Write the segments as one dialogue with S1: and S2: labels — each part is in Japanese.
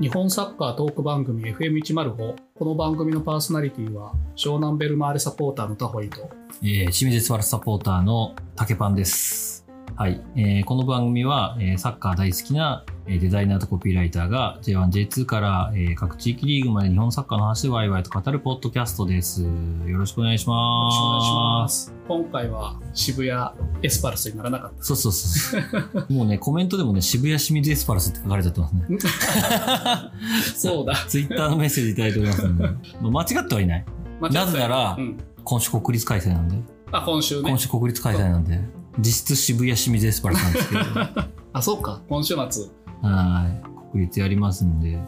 S1: 日本サッカートーク番組 FM105 この番組のパーソナリティは湘南ベルマーレサポーターのタホイと
S2: えー、清水スワルサポーターの竹パンです。はい。えーこの番組は、えーサッカー大好きなえーデザイナーとコピーライターが J1、J2 から、えー各地域リーグまで日本サッカーの話でワイワイと語るポッドキャストです。よろしくお願いし
S1: よろ
S2: ます。
S1: しくお願いします今回は渋谷エスパルスにならなかっ
S2: そうそうそう そう。もうね、コメントでもね、渋谷清水エスパルスって書かれちゃってますね。
S1: たそう だ
S2: ツイッターのメッセージいただいております ので、まあ間違ってはいない。
S1: 間違
S2: な
S1: って
S2: ぜなら
S1: う、ん、
S2: 今週国立開催なんで、
S1: あ今週ね
S2: 今週国立開催なんで、実質渋谷清水エスパルスなんですけど。
S1: あそうか今週末
S2: はい。国立やりますんで。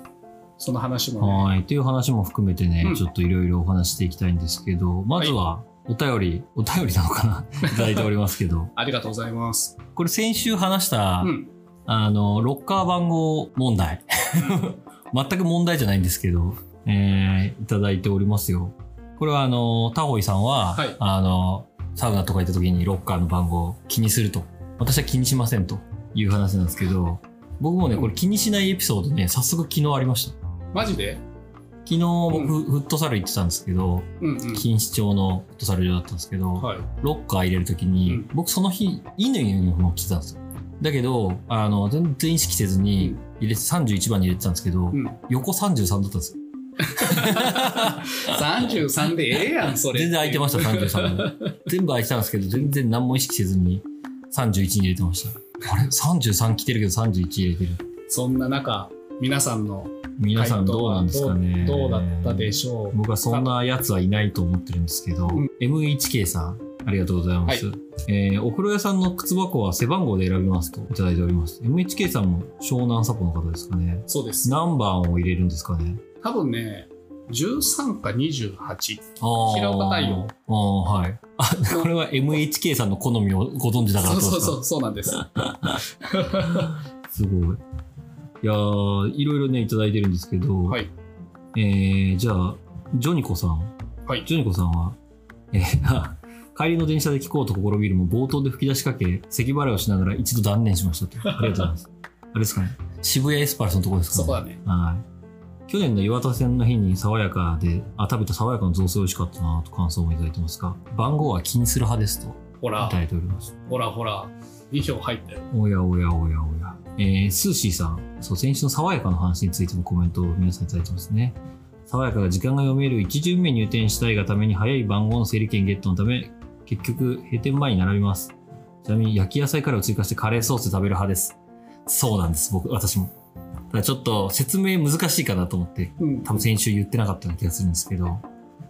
S1: その話もね
S2: はい。という話も含めてね、
S1: うん
S2: ちょっといろいろお話していきたいんですけど、まずはお便り、お便りなのかな いただいておりますけど、
S1: ありがとうございます
S2: これ先週話した、
S1: うん
S2: あの、ロッカー番号問題。 全く問題じゃないんですけど、えーいただいておりますよ。これはあの、タホイさんは、
S1: はい
S2: あの、サウナとか行った時にロッカーの番号を気にすると。私は気にしませんという話なんですけど、僕もね、これ気にしないエピソードね、早速昨日ありました。
S1: マジで
S2: 昨日僕、フットサル行ってたんですけど、
S1: うんうん
S2: 錦糸町のフットサル場だったんですけど、
S1: はい
S2: ロッカー入れるときに、
S1: うん
S2: 僕その日、イのユニフォームを着てたんですよ。だけど、あの、全然意識せずに、入れて、31番に入れてたんですけど、
S1: うん
S2: 横33だったんですよ。
S1: 33でええ やんそれ
S2: 全然空いてました、33も。 全部空いてたんですけど、全然何も意識せずに、31に入れてました。あれ ?33 着てるけど31入れてる。
S1: そんな中皆さんの
S2: 皆さんどうなんですかね
S1: どうどうだったでしょう
S2: 僕はそんな奴はいないと思ってるんですけど、
S1: ん
S2: MHK さん、ありがとうございます。えーお風呂屋さんの靴箱は背番号で選びますといただいております。MHK さんも湘南サポの方ですかね。
S1: そうです
S2: 何番を入れるんですかね
S1: 多分ね13か28
S2: あー
S1: 平岡太陽。
S2: あーはい。あ、 これは MHK さんの好みをご存知だから
S1: そう
S2: ってこと
S1: そう
S2: ですか
S1: そうそうなんです
S2: すごい。いやー、いろいろね、いただいてるんですけど、
S1: はい
S2: えー、じゃあ、ジョニコさん。
S1: はい
S2: ジョニコさんは、えー帰りの電車で聞こうと試みるも冒頭で吹き出しかけ、咳払いをしながら一度断念しましたと。ありがとうござい ます。あれですかね。渋谷エスパルスのところですかね。
S1: そこだね
S2: はい。去年の岩田線の日に爽やかで、あ、食べた爽やかの雑炊美味しかったなと感想もいただいてますが、番号は気にする派ですとい
S1: ほら
S2: ただいております。
S1: ほらほら2票入ったよ
S2: おやおやおやおや。えー、スーシーさん。そう、先週の爽やかの話についてもコメントを皆さんいただいてますね。爽やかが時間が読める一巡目入店したいがために早い番号の整理券ゲットのため、結局閉店前に並びます。ちなみに焼き野菜カレーを追加してカレーソースで食べる派です。そうなんです、僕、私も。ただちょっと説明難しいかなと思って、
S1: うん
S2: 多分先週言ってなかったような気がするんですけど。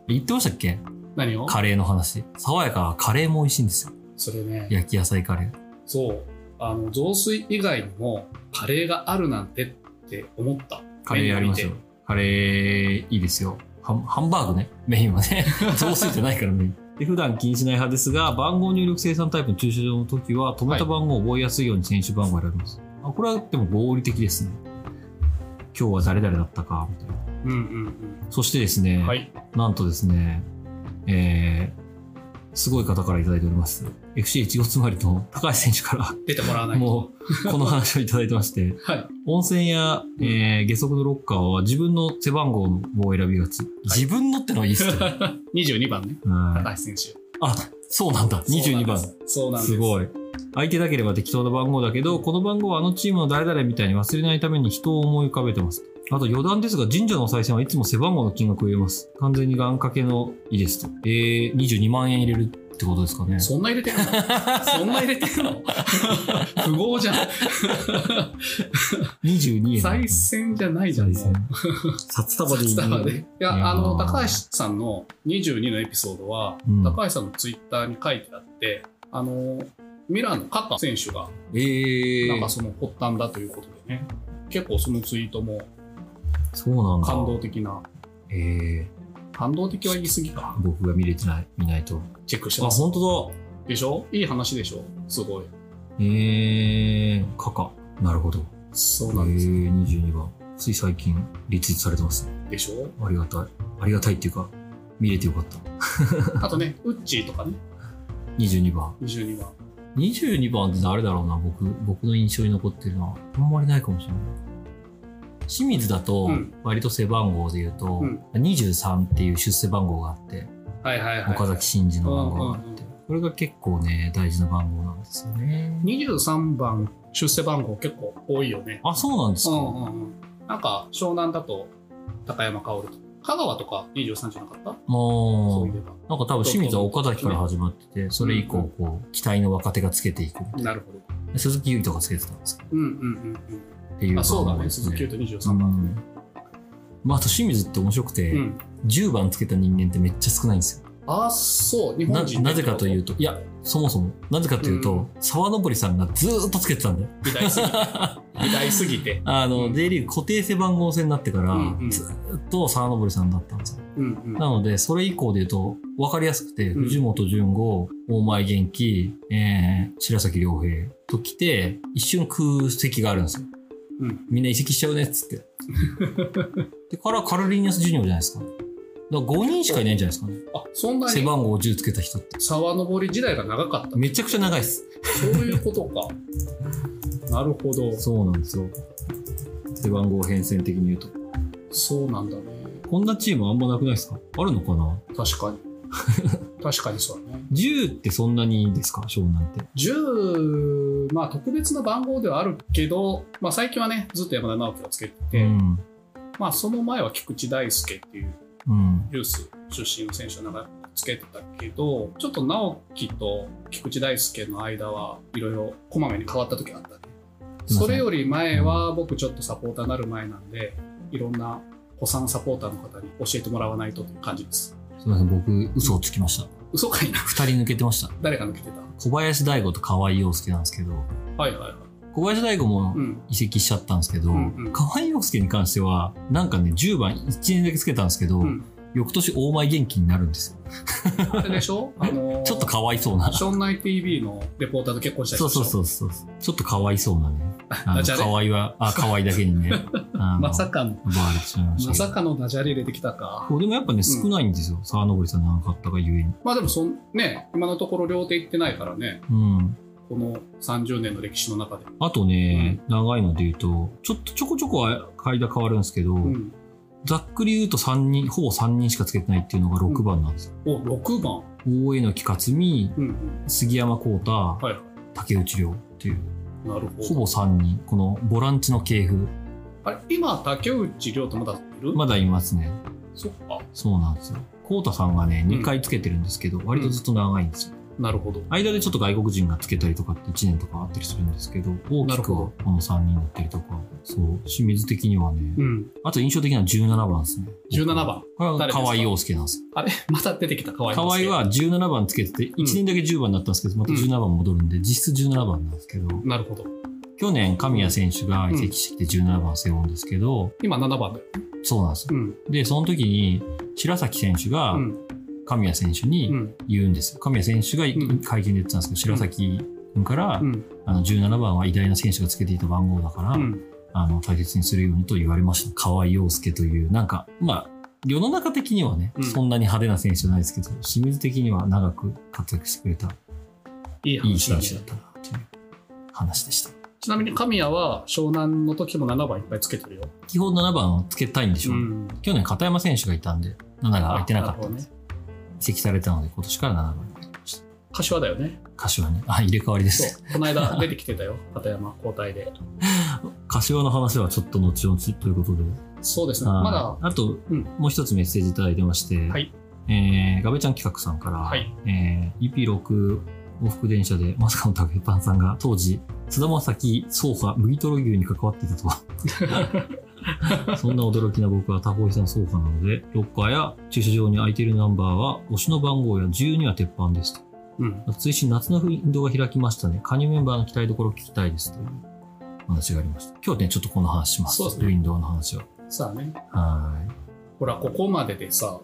S2: 言ってましたっけ
S1: 何を
S2: カレーの話。爽やかはカレーも美味しいんですよ。
S1: それね
S2: 焼き野菜カレー。
S1: そうあの雑炊以外にもカレーがあるなんてって思った
S2: カレーありますよ。カレーいいですよ。ハンハンバーグね、メインは ね。そうついてないからメイン。で普段気にしない派ですが、番号入力生産タイプの駐車場の時は、止めた番号を覚えやすいように選手番号を選びます。あこれはでも合理的ですね。今日は誰々だったか、みたいな。
S1: うんうん
S2: そしてです
S1: う
S2: ね、
S1: んはい
S2: なんとですね、えー、すごい方からいただいております。FC 越後つまりの高橋選手か
S1: 出てもらわな
S2: ら、
S1: いと
S2: もう、この話をいただいてまして、
S1: はい
S2: 温泉や、えー、下足のロッカーは自分の背番号を選びがち。自分のって のはいいっすね。
S1: 22番ね
S2: はい
S1: 高橋選手
S2: あ、そうなんだ。22番。す
S1: そうなんですい
S2: ごい。相手だければ適当な番号だけど、この番号はあのチームの誰々みたいに忘れないために人を思い浮かべてます。あと余談ですが、神社のお賽銭はいつも背番号の金額を入れます。完全に願掛けのいいですと。えー、22万円入れるってことですかね。
S1: そんな入れ てるのそんな入れてるの 不合じゃん
S2: 22円。
S1: 再選じゃないじゃん
S2: 賽
S1: もう
S2: 銭。 札束でいい。
S1: 札束でいや
S2: いやー
S1: あの高橋さんの22のエピソードは、
S2: うん
S1: 高橋さんのツイッターに書いてあってあのミラーのカタ選手が
S2: えー、
S1: なんかその発端だということでね、結構そのツイートも
S2: そうなんだ。
S1: 感動的な
S2: えー。
S1: 感動的は言い過ぎか
S2: 僕が見れてない、見ないと。
S1: チェックして
S2: あ、
S1: ます
S2: 本当だ。
S1: でしょいい話でしょすごい
S2: えー、カカ。なるほど。
S1: そ
S2: え
S1: うなんです、
S2: ー、22番。つい最近、リツイートされてます。
S1: でしょ
S2: ありがたい。ありがたいっていうか、見れてよかった。
S1: あとね ウッチーとかね
S2: 22番。
S1: 22は
S2: 22番って誰だろうな、僕。僕の印象に残ってるのは。あんまりないかもしれない。清水だと
S1: うん
S2: 割と背番号で言うと
S1: うん
S2: 23っていう出世番号があって
S1: はいはいはい。
S2: 岡崎真嗣の番号が
S1: う
S2: あ
S1: んう
S2: っ
S1: ん
S2: てこれが結構ね大事な番号なんですよね
S1: 23番出世番号結構多いよね。
S2: あそうなんです
S1: う
S2: か
S1: んうんうん。なんか湘南だと高山薫とか香川とか23じゃなかった
S2: も
S1: そうういえば。
S2: なんか多分清水は岡崎から始まっててそれ以降こう期待の若手がつけていく
S1: なるほど。
S2: 鈴木優衣とかつけてたんですけど
S1: うんうんうん。
S2: っていううん
S1: あ、そうだ
S2: 番号
S1: ね。
S2: です
S1: 鈴木優と
S2: う
S1: 23番。
S2: んまああと清水って面白くて
S1: うん。
S2: 10番つけた人間ってめっちゃ少ないんですよ
S1: あ、そう。日
S2: な
S1: 本人。
S2: なぜかといううと、いや、そもそも、なぜかという
S1: う
S2: と
S1: ん、
S2: 沢登さんがずーっとつけてたんだよ。
S1: 偉大すぎて。偉大すぎて。
S2: あ
S1: う
S2: の、
S1: ん
S2: J リーグ固定背番号制になってから
S1: うんう、ん
S2: ずーっと沢登さんだったんですよ。
S1: うん
S2: なので、それ以降で言うと、わかりやすくて、
S1: うん
S2: 藤本淳吾、大前元気、えー、白崎良平と来て、一瞬空席があるんですよ。
S1: うん
S2: みんな移籍しちゃうねっつ って。で、からカルリーニャスジュニアじゃないですか。だから5人しかいないんじゃないですかね。
S1: うん。あ、そんな
S2: 背
S1: に
S2: 番号10つけた人って。
S1: 沢登り時代が長かった。
S2: めちゃくちゃ長いです。
S1: そういうことか。なるほど。
S2: そうなんですよ。背番号変遷的に言うと。
S1: そうなんだね。
S2: こんなチームあんまなくないですかあるのかな
S1: 確かに。確かにそうだね。
S2: ?10 ってそんなにいいんですか湘南って。
S1: 10、まあ特別な番号ではあるけど、まあ最近はね、ずっと山田直樹をつけてて、
S2: うん。
S1: まあその前は菊池大輔っていう
S2: うん。
S1: ユース出身の選手を長くつけてたけど、ちょっと直樹と菊池大輔の間はいろいろこまめに変わった時があったね。
S2: すいません
S1: それより前は僕ちょっとサポーターになる前なんで、いろんな古参サポーターの方に教えてもらわないとという感じです。
S2: すみません、僕、嘘をつきました。
S1: 嘘かいな。
S2: 二人抜けてました。
S1: 誰か抜けてた。
S2: 小林大吾と河合陽介なんですけど、
S1: はいはいはい。
S2: 小林大吾も
S1: うん。
S2: 移籍しちゃったんですけど、
S1: うんうん
S2: 河合陽介に関しては、なんかね、10番1年だけつけたんですけど、
S1: うん。
S2: 翌年大前元気になるんですよ。
S1: あれでし ょあのー
S2: ちょっとかわいそ うな。
S1: 庄内 TV のレポーターと結婚した人
S2: そう
S1: でし
S2: そ
S1: ょ
S2: うそうそう。ちょっとかわいそうな ね。あの
S1: ダジャレ
S2: かわいは、あ、かわいだ けにね。あの
S1: まさかの、
S2: 奪われてしまいました
S1: ま
S2: けど。
S1: さかのダジャレ入れてきたか。
S2: そうでもやっぱね、少ないんですよ。沢登さん長かったがゆえに。
S1: まあでもそん、ね、今のところ両手いってないからね、
S2: うん。
S1: この30年の歴史の中で。
S2: あとね、長いので言うと、ちょっとちょこちょこは間変わるんですけど、
S1: うん。
S2: ざっくり言うと3人、ほぼ3人しかつけてないっていうのが6番なんですよ。
S1: お、6番。
S2: 大江の木克美、
S1: うんうん。
S2: 杉山幸太、
S1: はいは
S2: 竹内涼っていう、
S1: い。なる
S2: ほ
S1: ほど。
S2: ぼ3人。このボランチの系譜、
S1: あれ、今、竹内涼とまだいる
S2: まだいますね。
S1: そっか。
S2: そうなんですよ。幸太さんがね、
S1: ん
S2: 2回つけてるんですけど、割とずっと長いんですよ。
S1: なるほど。
S2: 間でちょっと外国人がつけたりとかって1年とかあったりするんですけど、大
S1: な
S2: き
S1: る
S2: く
S1: ほ
S2: は
S1: ど
S2: この3人だったりとか、そう、清水的にはね、
S1: うん。
S2: あと印象的なのは17番ですね。
S1: 17番。
S2: これは
S1: 誰ですか
S2: 河合陽介なんですよ。
S1: あれ、また出てきた、河合。
S2: 河合、は17番つけてて、1年だけ10番になったんですけど、また17番戻るんで、実質17番なんですけど、
S1: なるほど。
S2: 去年神谷選手が移籍してきて17番背負うんですけど、
S1: 今、7番だよ。
S2: そうなんですよ。
S1: うん。
S2: で、その時に、白崎選手が
S1: うん。
S2: 神谷選手に、
S1: うん。
S2: 言うんですよ。神谷選手
S1: ん
S2: が会見で言ってたんですけど、白崎君から、
S1: うん。
S2: あの17番は偉大な選手がつけていた番号だから、
S1: うん。
S2: あの大切にするようにと言われました。河合陽介という、なんか、まあ、世の中的にはね、
S1: うん
S2: そんなに派手な選手じゃないですけど、清水的には長く活躍してくれた、
S1: いい
S2: いい
S1: 話だ
S2: 人た
S1: ね
S2: ちだったな、という話でした。
S1: ちなみに神谷は湘南の時も7番いっぱいつけてるよ。
S2: 基本7番をつけたいんでしょうね、
S1: ん。
S2: 去年片山選手がいたんで、7が空いてなかったんです。
S1: ね。
S2: 移籍されたので、今年から7番になりました。
S1: 柏だよね。
S2: 柏に、あ、入れ替わりです
S1: そ。う。この間 出てきてたよ。片山交代で。
S2: 柏の話はちょっと後々ということで。
S1: そうですね。
S2: はい
S1: まだ、
S2: あと、
S1: うん
S2: もう一つメッセージいただいてまして、
S1: はい
S2: えーガベちゃん企画さんから、
S1: はい
S2: えー EP6 往復電車でまさかの竹パンさんが当時、津田正樹、総派、麦とろ牛に関わっていた とは。そんな驚きな僕はタコイさん総派なので、ロッカーや駐車場に空いているナンバーは、推しの番号や12は鉄板ですと。
S1: うん。
S2: 追伸夏のフィンドが開きましたね。加入メンバーの期待どころ聞きたいですというお話がありました。今日ね、ちょっとこの話します。
S1: そうですね
S2: ウィンドウの話は。
S1: さあね。
S2: は
S1: ほら、ここまででさ、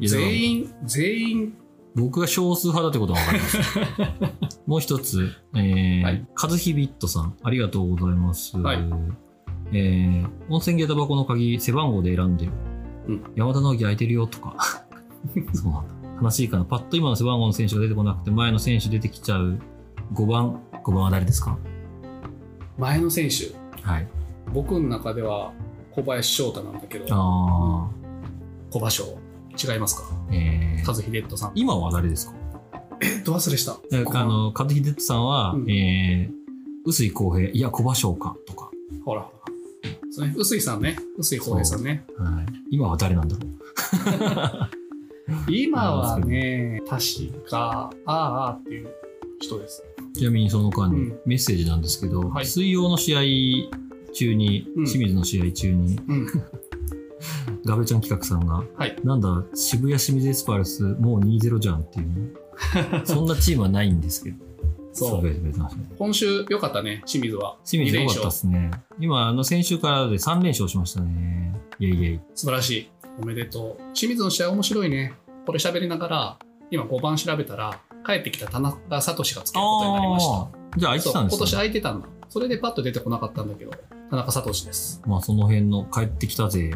S2: ーい。
S1: 全
S2: 員
S1: 員、全員、
S2: 僕が少数派だってことは分かりました。 もう一つ、えー
S1: はい
S2: カズヒビットさん、ありがとうございます。
S1: はい
S2: えー温泉下駄箱の鍵、背番号で選んでる。
S1: うん
S2: 山田直樹空いてるよとか。 そうなんだ。悲しいかな。パッと今の背番号の選手が出てこなくて、前の選手出てきちゃう。5番、5番は誰ですか
S1: 前の選手、
S2: はい。
S1: 僕の中では、小林翔太なんだけど、
S2: あ
S1: 小馬翔。違いますか
S2: あ、えー
S1: 和秀人さん。
S2: 今は誰ですか
S1: えっと、忘れした。
S2: えあの、和秀哲さんは、
S1: うん
S2: えー、臼井康平、いや、小馬翔か、とか、
S1: ほらほら。そうね、臼井さんね。臼井浩平さんね。
S2: はい。今は誰なんだろう。
S1: 今はね、確か、あーあーっていう人です。
S2: ちなみにその間に、
S1: うん
S2: メッセージなんですけど、
S1: はい
S2: 水曜の試合中に、
S1: うん
S2: 清水の試合中に、
S1: うん。
S2: ガベちゃん企画さんが、
S1: はい
S2: なんだ、渋谷清水エスパルス、もう2-0じゃんっ ていう、そんなチームはないんですけど、
S1: そう
S2: 喋ってくれてましたね
S1: 今週良かったね、清水は。
S2: 清水良かったですね。今、あの、先週からで3連勝しましたね。イェイイェイ。
S1: 素晴らしい。おめでとう。清水の試合面白いね。これ喋りながら、今5番調べたら、帰ってきた田中聡がつけることになりました。
S2: ーじゃあ、空い
S1: そ
S2: て
S1: う
S2: たん
S1: 今
S2: です
S1: 年
S2: ね。
S1: 空いてたんだ。それでパッと出てこなかったんだけど、田中聡です。
S2: まあ、その辺の帰ってきたぜ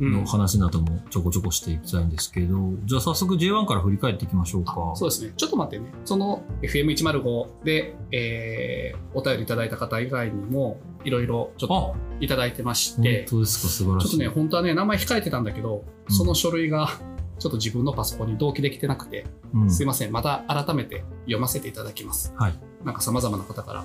S1: うん
S2: の。話などもちょこちょこしていきたいんですけど、じゃあ早速 J1 から振り返っていきましょうか。
S1: あそうですね。ちょっと待ってね。その FM105 で、えー、お便りいただいた方以外にも、いろいろちょっといただいてまし
S2: 本
S1: て、
S2: 当ですか、素晴ら
S1: ちょっと
S2: しい。
S1: ね、本当はね、名前控えてたんだけど、
S2: うん
S1: その書類が、ちょっと自分のパソコンに同期できてなくて、
S2: うん
S1: すいません、また改めて読ませていただきます。
S2: はい。
S1: なんか様々な方から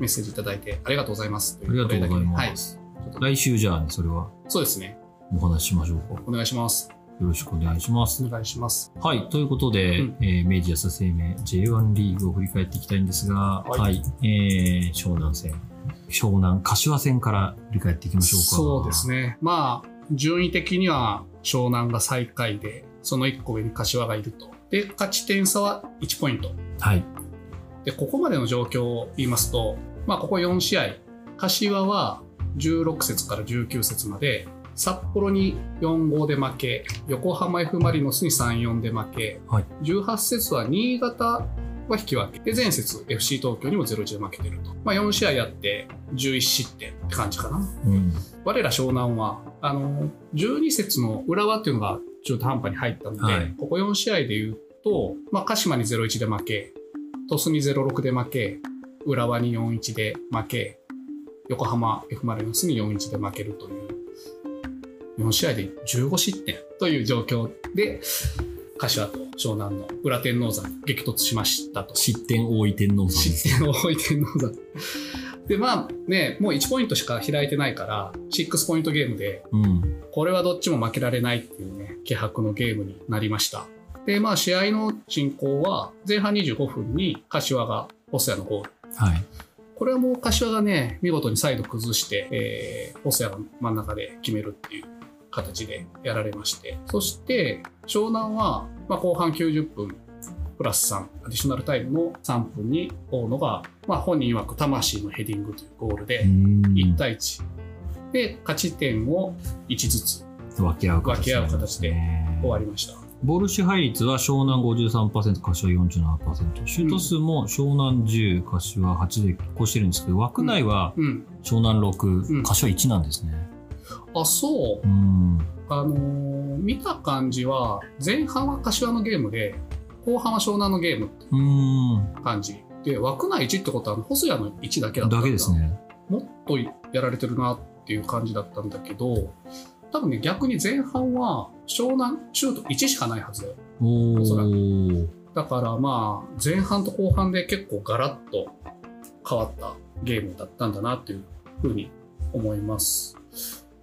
S1: メッセージいただいてありがとうございます。
S2: ありがとうございます。来週じゃあね、それは
S1: はい。そうですね。
S2: お話ししましょうか。よ
S1: お願いします。
S2: ろしくお願いします。
S1: お願いします。
S2: はい。ということで、
S1: うん
S2: えー明治安田生命 J1 リーグを振り返っていきたいんですが、
S1: はい
S2: はい、えー湘南戦、湘南、柏戦から振り返っていきましょうか。
S1: そうですね。まあ、順位的には湘南が最下位で、その1個上に柏がいると。で、勝ち点差は1ポイント。
S2: はい。
S1: で、ここまでの状況を言いますと、まあ、ここ4試合、柏は16節から19節まで、札幌に4-5で負け、横浜 F ・マリノスに3-4で負け、
S2: はい
S1: 18節は新潟は引き分け、で、前節 FC 東京にも0-1で負けてると。まあ、4試合やって11失点って感じかな。
S2: うん。
S1: 我ら湘南は、あの、12節の浦和っていうのが中途半端に入ったので、
S2: はい
S1: ここ4試合で言うと、まあ、鹿島に0-1で負け、鳥栖に0-6で負け、浦和に4-1で負け、横浜 F ・マリノスに4-1で負けるという、4試合で15失点という状況で、柏と湘南の裏天王山激突しましたと。
S2: 失点多い天皇さんです
S1: 失点を置いてんのだ。で、まあね、もう1ポイントしか開いてないから、6ポイントゲームで、
S2: うん。
S1: これはどっちも負けられないっていうね、気迫のゲームになりました。で、まあ試合の進行は、前半25分に柏が細谷のゴール。
S2: はい。
S1: これはもう柏がね、見事にサイド崩して、えー、細谷の真ん中で決めるっていう形でやられまして。そして、湘南は、まあ、後半90分、プラス3、アディショナルタイムの3分に、大野が、まあ、本人曰く魂のヘディングというゴール
S2: う
S1: で、
S2: ん
S1: 1。対1。で、勝ち点を1ずつ
S2: 分け合う形になりま
S1: 分け合う形
S2: す
S1: で
S2: ね
S1: 終わりました。
S2: ボール支配率は湘南53%、柏47%。シュート数も湘南10、柏8で拮抗してるんですけど、枠内は
S1: うん。
S2: 湘南
S1: う
S2: 6、
S1: ん
S2: 柏1なんですね。
S1: あ、そう
S2: う。ん。
S1: あのー見た感じは、前半は柏のゲームで、後半は湘南のゲームって
S2: うん。
S1: 感じで枠内1ってことは細谷の1だけだったん
S2: だけですね。
S1: もっとやられてるなっていう感じだったんだけど多分ね逆に前半は湘南シュート1しかないはずだよ
S2: お
S1: おそら
S2: ー。
S1: だからまあ前半と後半で結構ガラッと変わったゲームだったんだなっていうふうに思います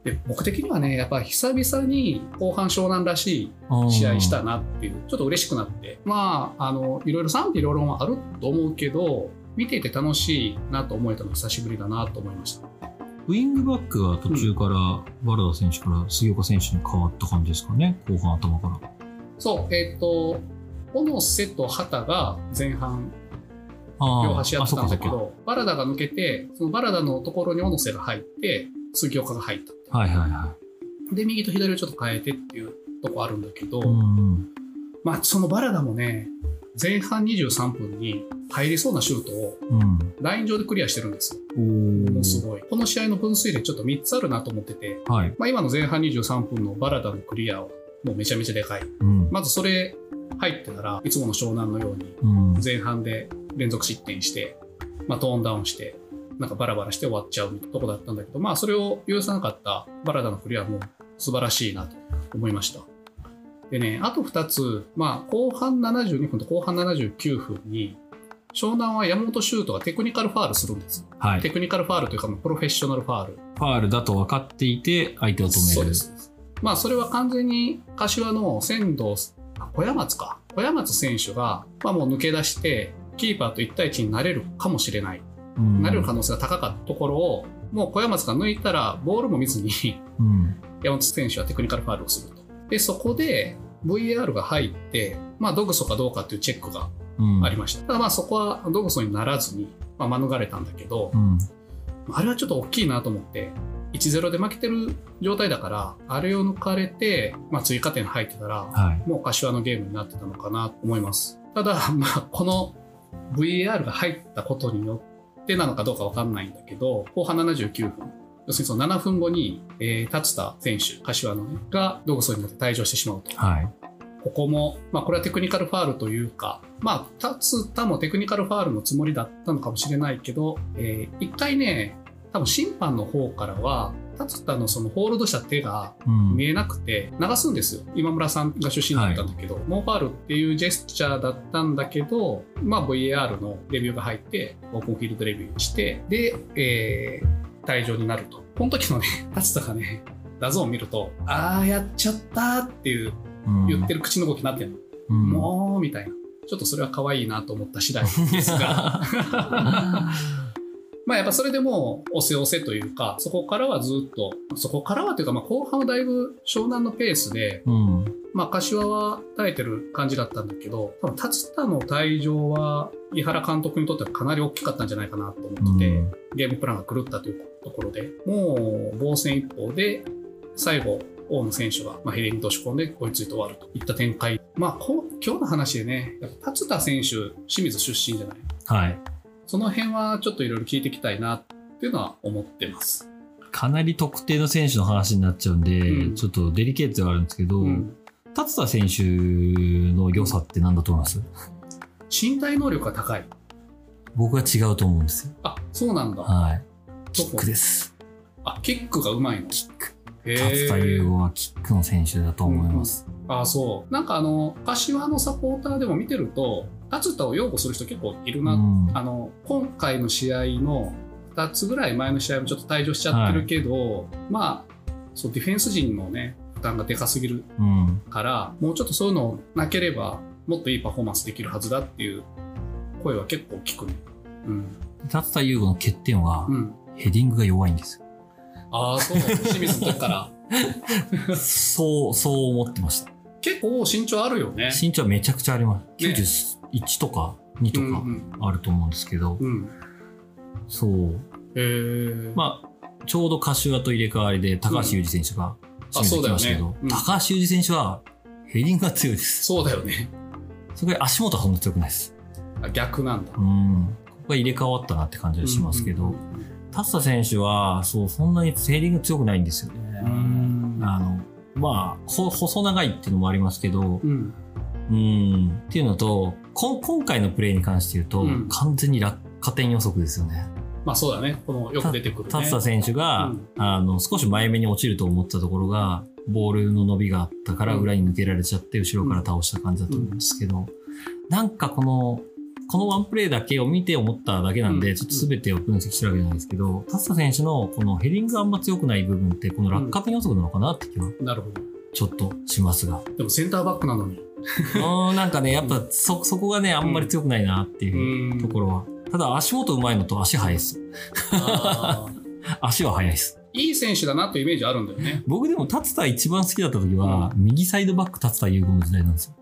S1: で僕的にはねやっぱ久々に後半湘南らしい
S2: あー
S1: 試合した。なっていう、ちょっと嬉しくなって、まあ、あの、いろいろ賛否両論はあると思うけど、見ていて楽しいなと思えたの久しぶりだなと思いました。
S2: ウイングバックは途中から、バルダ選手から杉岡選手に変わった感じですかね。後半頭から。
S1: そう、えっ、と、小野瀬と畑が前半、
S2: あー
S1: 両端やってたんだけ
S2: あそっかそっ
S1: ど、バラダが抜けて、そのバラダのところに小野瀬が入って、杉岡が入った。
S2: かはいはいは
S1: で、右と左をちょっと変えてっていうとこあるんだけど、
S2: い。うん。
S1: まあ、そのバラダもね、前半23分に入りそうなシュートを
S2: うん。
S1: ライン上でクリアしてるんですよ
S2: お
S1: もうすごい。この試合の分水でちょっと3つあるなと思ってて、
S2: はい。
S1: まあ、今の前半23分のバラダのクリアはもうめちゃめちゃでかい。
S2: うん。
S1: まずそれ入ってたらいつもの湘南のように
S2: うん。
S1: 前半で連続失点して、まあ、トーンダウンして、なんかバラバラして終わっちゃうとこだったんだけど、まあそれを許さなかったバラダの振りはもう素晴らしいなと思いました。でね、あと2つ、まあ後半72分と後半79分に、湘南は山本修斗がテクニカルファールするんですよ。
S2: はい。
S1: テクニカルファールというか、まあプロフェッショナルファール。
S2: ファールだと分かっていて、相手を止める。
S1: そうで。す。まあ、それは完全に柏の仙道、あ小山津か。小山津選手が、まあもう抜け出して、キーパーと1対1になれるかもしれない。
S2: ん、
S1: なれる可能性が高かったところを、もう小山津が抜いたら、ボールも見ずに、
S2: うん。
S1: 山本選手はテクニカルファウルをすると。で、そこで、VAR が入って、まあ、ドグソかどうかっていうチェックが
S2: うん。
S1: ありました。ただまあ、そこはドグソにならずに、まあ、免れたんだけど、
S2: うん。
S1: あれはちょっと大きいなと思って、1-0で負けてる状態だから、あれを抜かれて、まあ、追加点入ってたら、
S2: はい。
S1: もう柏のゲームになってたのかなと思います。ただ、 まあ、この VAR が入ったことによってなのかどうかわかんないんだけど、後半79分、要するにその7分後に、えー、達田選手、柏のね、がドグソになって退場してしまうと。
S2: はい。
S1: ここも、まあ、これはテクニカルファールというか、まあ、達田もテクニカルファールのつもりだったのかもしれないけど、えー一回ね、多分審判の方からは、達田のそのホールドした手が
S2: うん。
S1: 見えなくて流すんですよ今村さんが出身だったんだけど、ノーファールっていうジェスチャーだったんだけど、まあ、VAR のレビューが入ってオープンフィールドレビューしてで、えー退場になるとこの時のね達田がね ダゾーン見るとああやっちゃったーっていう言って
S2: る。
S1: る口の動きになってるの、
S2: うん、
S1: もうみたいなちょっとそれは可愛いなと思った次第ですが まあやっぱそれでもう押せ押せというかそこからはずっとそこからはというかまあ後半はだいぶ湘南のペースで
S2: うん。
S1: まあ、柏は耐えてる感じだったんだけど、多分、達田の退場は、井原監督にとってはかなり大きかったんじゃないかなと思ってて、
S2: うん
S1: ゲームプランが狂ったというところで、もう、防戦一方で、最後、大野選手が、まあ、ヘディングと押し込んで追いついて終わるといった展開。まあ、こう今日の話でね、やっぱ達田選手、清水出身じゃない。
S2: はい。
S1: その辺はちょっといろいろ聞いていきたいなっていうのは思ってます。
S2: かなり特定の選手の話になっちゃうんで、
S1: うん
S2: ちょっとデリケートではあるんですけど、
S1: うん
S2: 達田選手の良さって何だと思います
S1: 身体能力が高い。
S2: 僕は違うと思うんですよ。
S1: あ、そうなんだ。
S2: はい。キ
S1: どこ
S2: ックです。
S1: あ、キックがうまいの。
S2: キック。
S1: へー
S2: 達田優吾はキックの選手だと思います。
S1: ああそうなんかあの柏のサポーターでも見てると達田を擁護する人結構いるな、
S2: うん
S1: あの今回の試合の2つぐらい前の試合もちょっと退場しちゃってるけど、まあそうディフェンス陣のね負担がでかすぎる
S2: うん。
S1: からもうちょっとそういうのなければもっといいパフォーマンスできるはずだっていう声は結構聞くねうん、
S2: 達田優吾の欠点は、
S1: うん、
S2: ヘディングが弱いん ですよ。
S1: ああそう清水の時から
S2: そう、そう思ってました。
S1: 結構身長あるよね
S2: 身長はめちゃくちゃあります。91とか2と
S1: うんう
S2: か
S1: ん
S2: あると思うんですけど、
S1: うん
S2: そう。
S1: へー
S2: まあ、ちょうど柏と入れ替わりで高橋祐二選手が
S1: うんあ
S2: 締めてきましたけ
S1: そう
S2: ど
S1: だよね、うん
S2: 高橋祐二選手はヘディングが強いです。
S1: そうだよね
S2: それから足元はそんな強くないです。
S1: あ逆なんだ
S2: うん。ここが入れ替わったなって感じがしますけ
S1: うん
S2: ど、達田選手は、そう、そんなにヘディング強くないんですよね。
S1: うん
S2: あの、まあ、ほ細長いっていうのもありますけど、
S1: うん
S2: うん。っていうのと、こん今回のプレーに関して言うと、
S1: うん
S2: 完全に落下点予測ですよね。
S1: まあそうだねこのよく出てくるね
S2: 達田選手が、
S1: うん
S2: あの、少し前目に落ちると思ったところが、ボールの伸びがあったから
S1: うん
S2: 裏に抜けられちゃって、後ろから倒した感じだと思うんですけど、なんかこの、このワンプレーだけを見て思っただけなんで、
S1: うん
S2: ちょっと全てを分析してるわけじゃないですけど、達田選手のこのヘディングがあんま強くない部分って、この落下点予測なのかなって気は
S1: なるほど
S2: ちょっとします が。
S1: でもセンターバックなのに
S2: うん、なんかね、やっぱそ、そこがね、あんまり強くないなっていう
S1: うん
S2: ところは。ただ、足元うまいのと足速いです。
S1: あー
S2: 足は速いです。
S1: いい選手だなというイメージあるんだよね
S2: 僕でも、達田一番好きだった時は、右サイドバック達田優吾の時代なんですよ。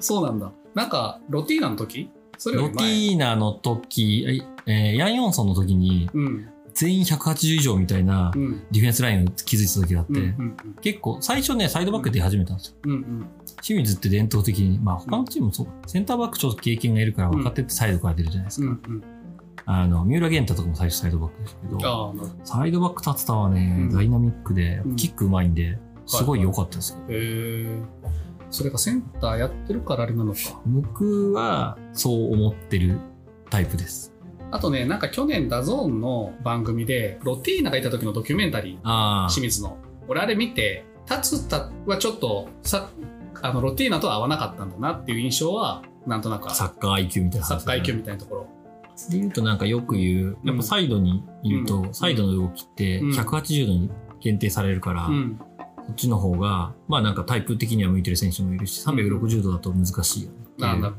S1: そうなんだなんかロティーナの時それよ
S2: ロ
S1: り
S2: テ
S1: 前
S2: ィーナの時、えーヤン・ヨンソンの時に、
S1: うん
S2: 全員180以上みたいな
S1: うん
S2: ディフェンスラインを築いてた時があって、
S1: うんうん
S2: 結構、最初ね、サイドバックで始めたんですよ。
S1: うんうん
S2: 清水って伝統的に、まあ他のチームもそう、センターバックちょっと経験がいるから若手ってサイドから出るじゃないです
S1: う
S2: か。
S1: んうん
S2: あの、三浦玄太とかも最初サイドバックでしたけど、
S1: ああなるほ
S2: サイドバック立つたはね、
S1: うん
S2: ダイナミックで
S1: う、ん
S2: キックうまいんで、すごい良かったですよ。
S1: どへえそれがセンターやってるからあれなのか
S2: 僕は、そう思ってるタイプです。
S1: あとね、なんか去年、ダゾーンの番組で、ロティーナがいた時のドキュメンタリ
S2: あ
S1: ー、
S2: あ
S1: 清。水の。俺、あれ見て、タツタはちょっとさ、あのロティーナとは合わなかったんだなっていう印象は、なんとなくある、
S2: サッカー IQ みたいな
S1: サ
S2: 話
S1: ッカー IQ
S2: で
S1: みたいなところ。
S2: 言うとなんかよく言う、やっぱサイドにいる
S1: う
S2: と、
S1: ん
S2: サイドの動きって
S1: うん
S2: 180度に限定されるから、
S1: うん。
S2: こっちの方が、まあなんかタイプ的には向いてる選手もいるし、360度だと難しいよね。
S1: なんだ、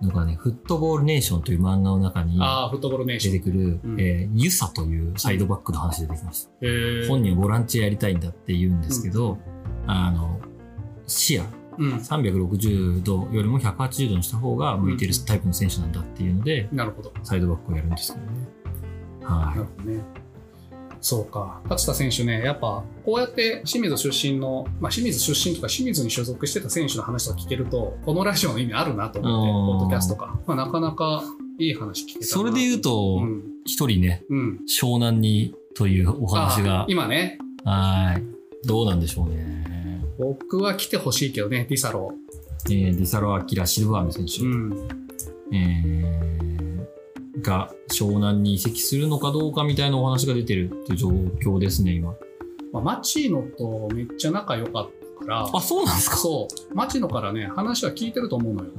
S2: なんかね、フットボールネーションという漫画の中に
S1: ああ、フットボールネーシ
S2: 出
S1: ョ
S2: て
S1: ン。
S2: くる、
S1: うん
S2: えーユサというサイドバックの話で出てきました。
S1: へー
S2: 本人はボランチやりたいんだって言うんですけど、あの、視野、
S1: うん。
S2: 360度よりも180度にした方が向いてる
S1: うん
S2: タイプの選手なんだっていうので、
S1: なるほど。
S2: サイドバックをやるんですけどね。
S1: な
S2: は
S1: るほどね。そうか。勝田選手ね、やっぱ、こうやって清水出身の、まあ、清水出身とか清水に所属してた選手の話を聞けると、このラジオの意味あるなと思って、
S2: うん
S1: ポッドキャストとか。まあ、なかなかいい話聞けた
S2: い。
S1: な
S2: それで言うと
S1: う、ん。
S2: 一、人ね、
S1: うん。
S2: 湘南にというお話
S1: あ
S2: が、
S1: 今ね、
S2: はい。どうなんでしょうね。
S1: 僕は来てほしいけどね、ディサロ
S2: えーディサロ・アキラ・シルバーム選手。
S1: ー。うん。
S2: えーが湘南に移籍するのかどうかみたいなお話が出てるっていう状況ですね、今。
S1: まあ、マチーノとめっちゃ仲良かったから、
S2: あ、そうなんですか
S1: そう、マチーノからね、話は聞いてると思うのよ。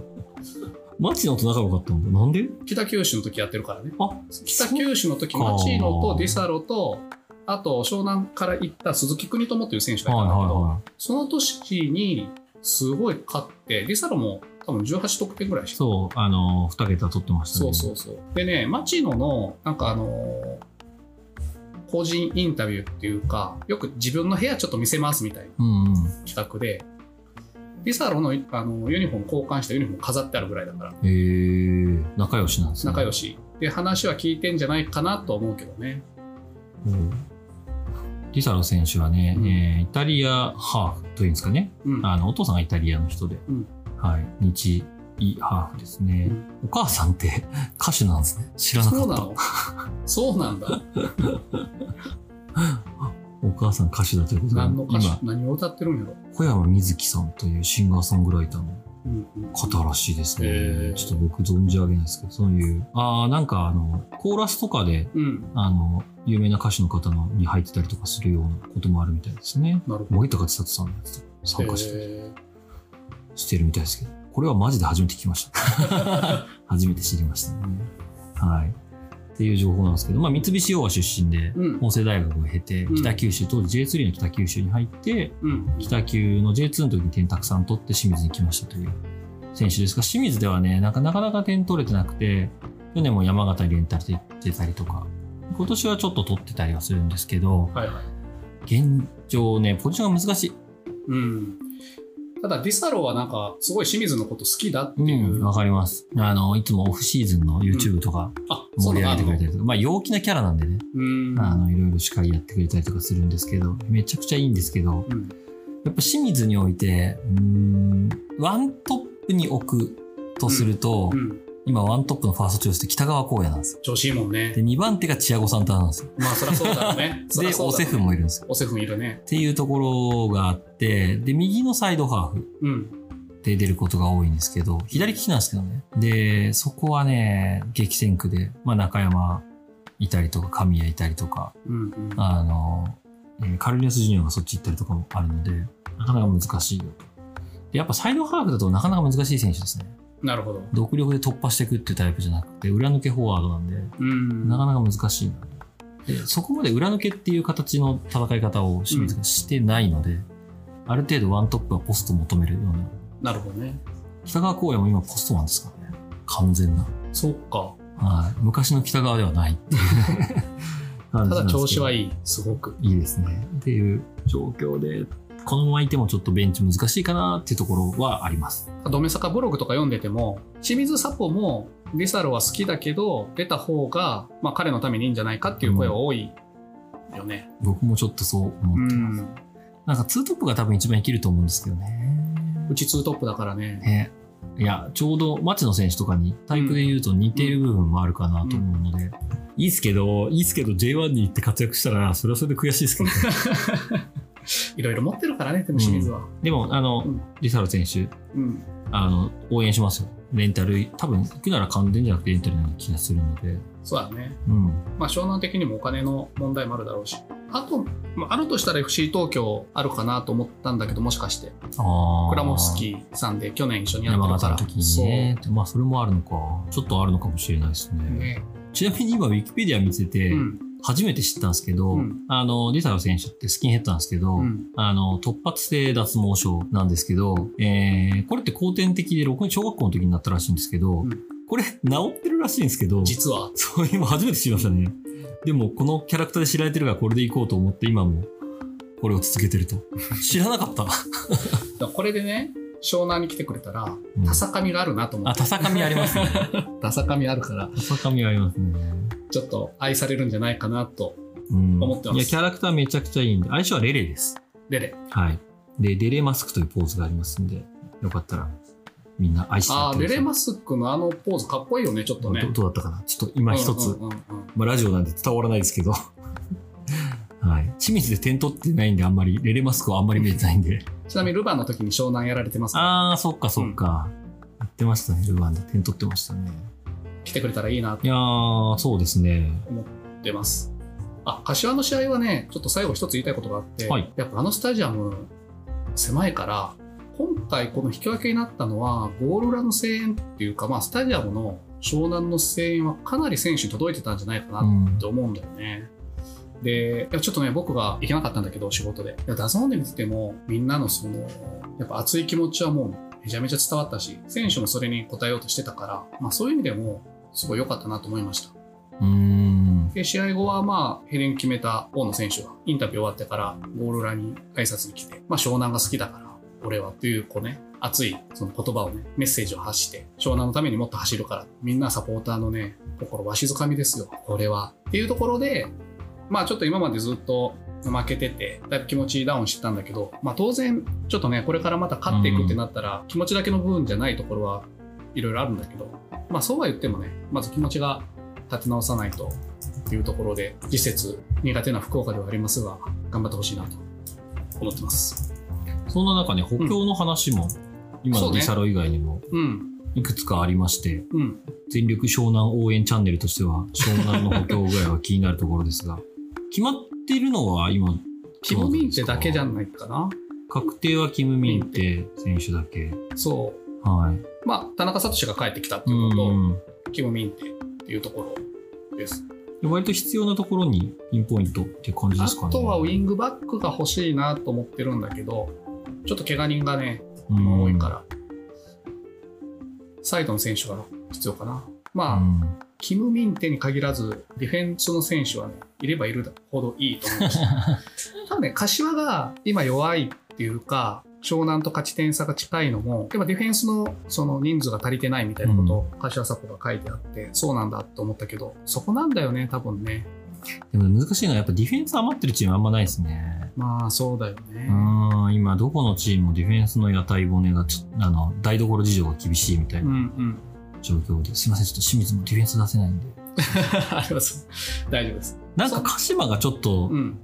S2: 町野と仲良かったんだ。なんで
S1: 北九州の時やってるからね。
S2: あ、
S1: 北九州の時
S2: そっか
S1: マチーノとディサロとあと湘南から行った鈴木邦友という選手がいたんだけど、
S2: は
S1: その年にすごい勝ってディサロも多分18得点ぐらい
S2: い。
S1: して
S2: そう、あの、二桁取ってました
S1: そ
S2: ね。
S1: うそうそうでねマチーノのなんかあのー個人インタビューっていうかよく自分の部屋ちょっと見せますみたいな
S2: うんうん。
S1: 企画でディサロのあのユニフォーム交換したユニフォーム飾ってあるぐらいだから
S2: へー、仲良しなんですね。
S1: 仲良しで話は聞いてんじゃないかなと思うけどね
S2: うん。リサロ選手はね、
S1: うん
S2: えーイタリアハーフというんですかね。
S1: うん
S2: あの、お父さんがイタリアの人で。
S1: うん
S2: はい。日イハーフですね。お母さんって 歌手なんですね。知らなか
S1: そう
S2: っ
S1: な
S2: た。
S1: の そうなんだ
S2: お母さん歌手だということで、
S1: 何の歌手
S2: 今、
S1: 何を歌ってるんやろ、
S2: 小山瑞希さんというシンガーソングライターの
S1: うんうん
S2: 方らしいです
S1: へー
S2: ね。ちょっと僕存じ上げないですけど、そういう、ああ、なんかあの、コーラスとかで、
S1: うん
S2: あの、有名な歌手の方のに入ってたりとかするようなこともあるみたいですね。
S1: なるほど
S2: 森高千里さんのやつと参加して,、
S1: え
S2: してるみたいですけど、これはマジで初めて聞き ました。初めて知りましたね。はい。っていう情報なんですけど、まあ、三菱洋和出身で
S1: ー、うん
S2: 法政大学を経て、
S1: うん
S2: 北九州、当時 J3 の北九州に入って、
S1: うん
S2: 北九の J2 の時に点たくさん取って清水に来ましたという選手ですが、清水ではね、なんかなかなか点取れてなくて、去年も山形にレンタルで行ってたりとか、今年はちょっと取ってたりはするんですけど、
S1: はいはい
S2: 現状ね、ポジションが難しい。
S1: うんただディサロはなんかすごい清水のこと好きだって
S2: う
S1: いう、
S2: ん、わかります。あの、いつもオフシーズンの YouTube とか
S1: あそう
S2: 盛り
S1: な
S2: 上
S1: んだ
S2: げてくれたりとか、まあ陽気なキャラなんでね、
S1: うん
S2: あの、いろいろ司会やってくれたりとかするんですけど、めちゃくちゃいいんですけど、
S1: うん
S2: やっぱ清水において、うーん、ワントップに置くとすると、
S1: うん
S2: 今ワントップのファーストチョイスって北川光也なんですよ。
S1: 調子いいもんね
S2: で、2番手がチアゴ・サンタナなんですよ。
S1: まあそりゃそうだろうねそりゃ
S2: で、
S1: そう
S2: オ
S1: だ
S2: セフンもいるんですよ。
S1: オセフンいるね
S2: っていうところがあって、で、右のサイドハーフ
S1: うん
S2: で出ることが多いんですけど、左利きなんですけどね。で、そこはね、激戦区で、まあ中山いたりとか、神谷いたりとか、
S1: うんうん
S2: あの、えーカルリアス・ジュニアがそっち行ったりとかもあるので、なかなか難しいよと。で、やっぱサイドハーフだとなかなか難しい選手ですね。
S1: なるほど
S2: 独力で突破していくっていうタイプじゃなくて、裏抜けフォワードなんで、
S1: うん
S2: なかなか難しいな。で、そこまで裏抜けっていう形の戦い方を清水がしてないので、ある程度ワントップはポストを求めるような。
S1: なるほどね
S2: 北川光也も今ポストマンですからね。完全な。
S1: そっか
S2: はい。昔の北川ではないっていう感
S1: た
S2: じな
S1: だ
S2: んですけど。
S1: 調子はいいすごく
S2: いいですね。っていう状況で、このままいてもちょっとベンチ難しいかなっていうところはあります。
S1: ドメサカブログとか読んでても、清水サポもディサロは好きだけど、出た方が、まあ彼のためにいいんじゃないかっていう声は多いよね。
S2: 僕もちょっとそう
S1: う
S2: 思ってます。
S1: ん。
S2: なんかツートップが多分一番生きると思うんですけどね。
S1: うちツートップだからね。
S2: ね。いや、ちょうど町野選手とかにタイプで言うと似ている部分もあるかなと思うので、いいっすけど、いいっすけど J1 に行って活躍したら、それはそれで悔しいですけどね。
S1: いろいろ持ってるからね、でも清水は。
S2: でも、あの、
S1: うん
S2: リサロ選手、
S1: うん。
S2: あの、応援しますよ。レンタル、多分、行くなら完全じゃなくてレンタルな気がするので。
S1: そうだね。
S2: うん。
S1: まあ、湘南的にもお金の問題もあるだろうし。あと、まあ、あるとしたら FC 東京あるかなと思ったんだけど、もしかして。
S2: ああ。
S1: クラモフスキーさんで去年一緒にやって
S2: 山
S1: るか
S2: 形の
S1: ら。
S2: 時にね。まあ、それもあるのか。ちょっとあるのかもしれないですね。
S1: そう。ね。
S2: ちなみに今、ウィキペディア見てて、
S1: うん。
S2: 初めて知ったんですけど、
S1: うん
S2: あの、リサロ選手ってスキンヘッドなんですけど、
S1: うん。
S2: あの、突発性脱毛症なんですけど、えー、これって後天的で、6年小学校の時になったらしいんですけど、
S1: うん
S2: これ、治ってるらしいんですけど、
S1: 実は。
S2: そう、今初めて知りましたね。でも、このキャラクターで知られてるから、これでいこうと思って、今も、これを続けてると。知らなかった。
S1: だからこれでね、湘南に来てくれたら、
S2: うん
S1: 田坂みがあるなと思
S2: あ、
S1: って。
S2: たさかみありますね。
S1: 田坂みあるから、
S2: たさかみありますね。
S1: ちょっと愛されるんじゃないかなと。
S2: うん。
S1: 思ってます
S2: いや、キャラクターめちゃくちゃいいんで、相性はレレです。
S1: でれ。
S2: はい。で、レレマスクというポーズがありますんで、よかったら、みんな愛してや
S1: ああ、
S2: ってく
S1: レ
S2: ださい
S1: レマスクのあのポーズかっこいいよね、ちょっとね。
S2: どどうだったかなちょっと今一つ、
S1: うんうんうんうん
S2: まあ、ラジオなんで伝わらないですけど、 はい。清水で点取ってないんで、あんまり、レレマスクはあんまり見えてないんで。
S1: ちなみにルヴァンの時に湘南やられてますから、
S2: あー、そっかそっか。やってましたね、ルヴァンで点取ってましたね。
S1: 来てくれたらいいなと
S2: いやー、そうですね。
S1: 思ってます。あ、柏の試合はね、ちょっと最後一つ言いたいことがあって、
S2: はい
S1: やっぱあのスタジアム狭いから、今回この引き分けになったのは、ゴール裏の声援っていうか、まあスタジアムの湘南の声援はかなり選手に届いてたんじゃないかな
S2: うん
S1: って。思うんだよね。で、いやちょっとね、僕が行けなかったんだけど、仕事で。いや、ダゾーンで見てても、みんなのその、やっぱ熱い気持ちはもうめちゃめちゃ伝わったし、選手もそれに応えようとしてたから、まあそういう意味でも、すごい良かったなと思いました。
S2: うーん。
S1: で、試合後はまあ、ヘレン決めた大野選手が、インタビュー終わってから、ゴール裏に挨拶に来て、まあ湘南が好きだから、俺はっていう、こうね、熱いその言葉をね、メッセージを発して、湘南のためにもっと走るから、みんなサポーターのね、心わしづかみですよ、これは。っていうところで、まあちょっと今までずっと負けてて、だいぶ気持ちダウンしてたんだけど、まあ当然、ちょっとね、これからまた勝っていくってなったら、気持ちだけの部分じゃないところはいろいろあるんだけど、まあそうは言ってもね、まず気持ちが立て直さないとっていうところで、次節苦手な福岡ではありますが、頑張ってほしいなと思ってます。
S2: そんな中ね、補強の話も、今
S1: そう
S2: の
S1: ね
S2: リサロ以外にも、
S1: うん、
S2: いくつかありまして、
S1: うん。
S2: 全力湘南応援チャンネルとしては、湘南の補強ぐらいは気になるところですが、 決まってるのは今、
S1: キム・ミンテだけじゃないかな。
S2: 確定はキム・ミンテ選手だけ。
S1: そう。
S2: はい。
S1: まあ、田中聡が帰ってきたっていうことと、
S2: うん。
S1: キム・ミンテっていうところです。
S2: 割と必要なところにピンポイントっていう感じで
S1: あ
S2: すかね。
S1: とはウィングバックが欲しいなと思ってるんだけど、ちょっと怪我人がね、
S2: うん
S1: 多いか。ら、サイドの選手が必要かな。まあ、
S2: うん
S1: キム・ミンテに限らず、ディフェンスの選手はね、いればいるほどいいと思いま した。ただね、柏が今弱いっていうか、湘南と勝ち点差が近いのも、やっぱディフェンスのその人数が足りてないみたいなことを柏サポが書いてあって、そうなんだと思ったけど、そこなんだよね、多分ね。
S2: でも難しいのはやっぱディフェンス余ってるチームあんまないですね。
S1: まあ、そうだよね
S2: う。ん、今どこのチームもディフェンスの屋台骨がちょあの、台所事情が厳しいみたい
S1: うんう。
S2: なん状況で、すいません、ちょっと清水もディフェンス出せないんで。
S1: あります。大丈夫です。
S2: なんか鹿島がちょっと
S1: うん。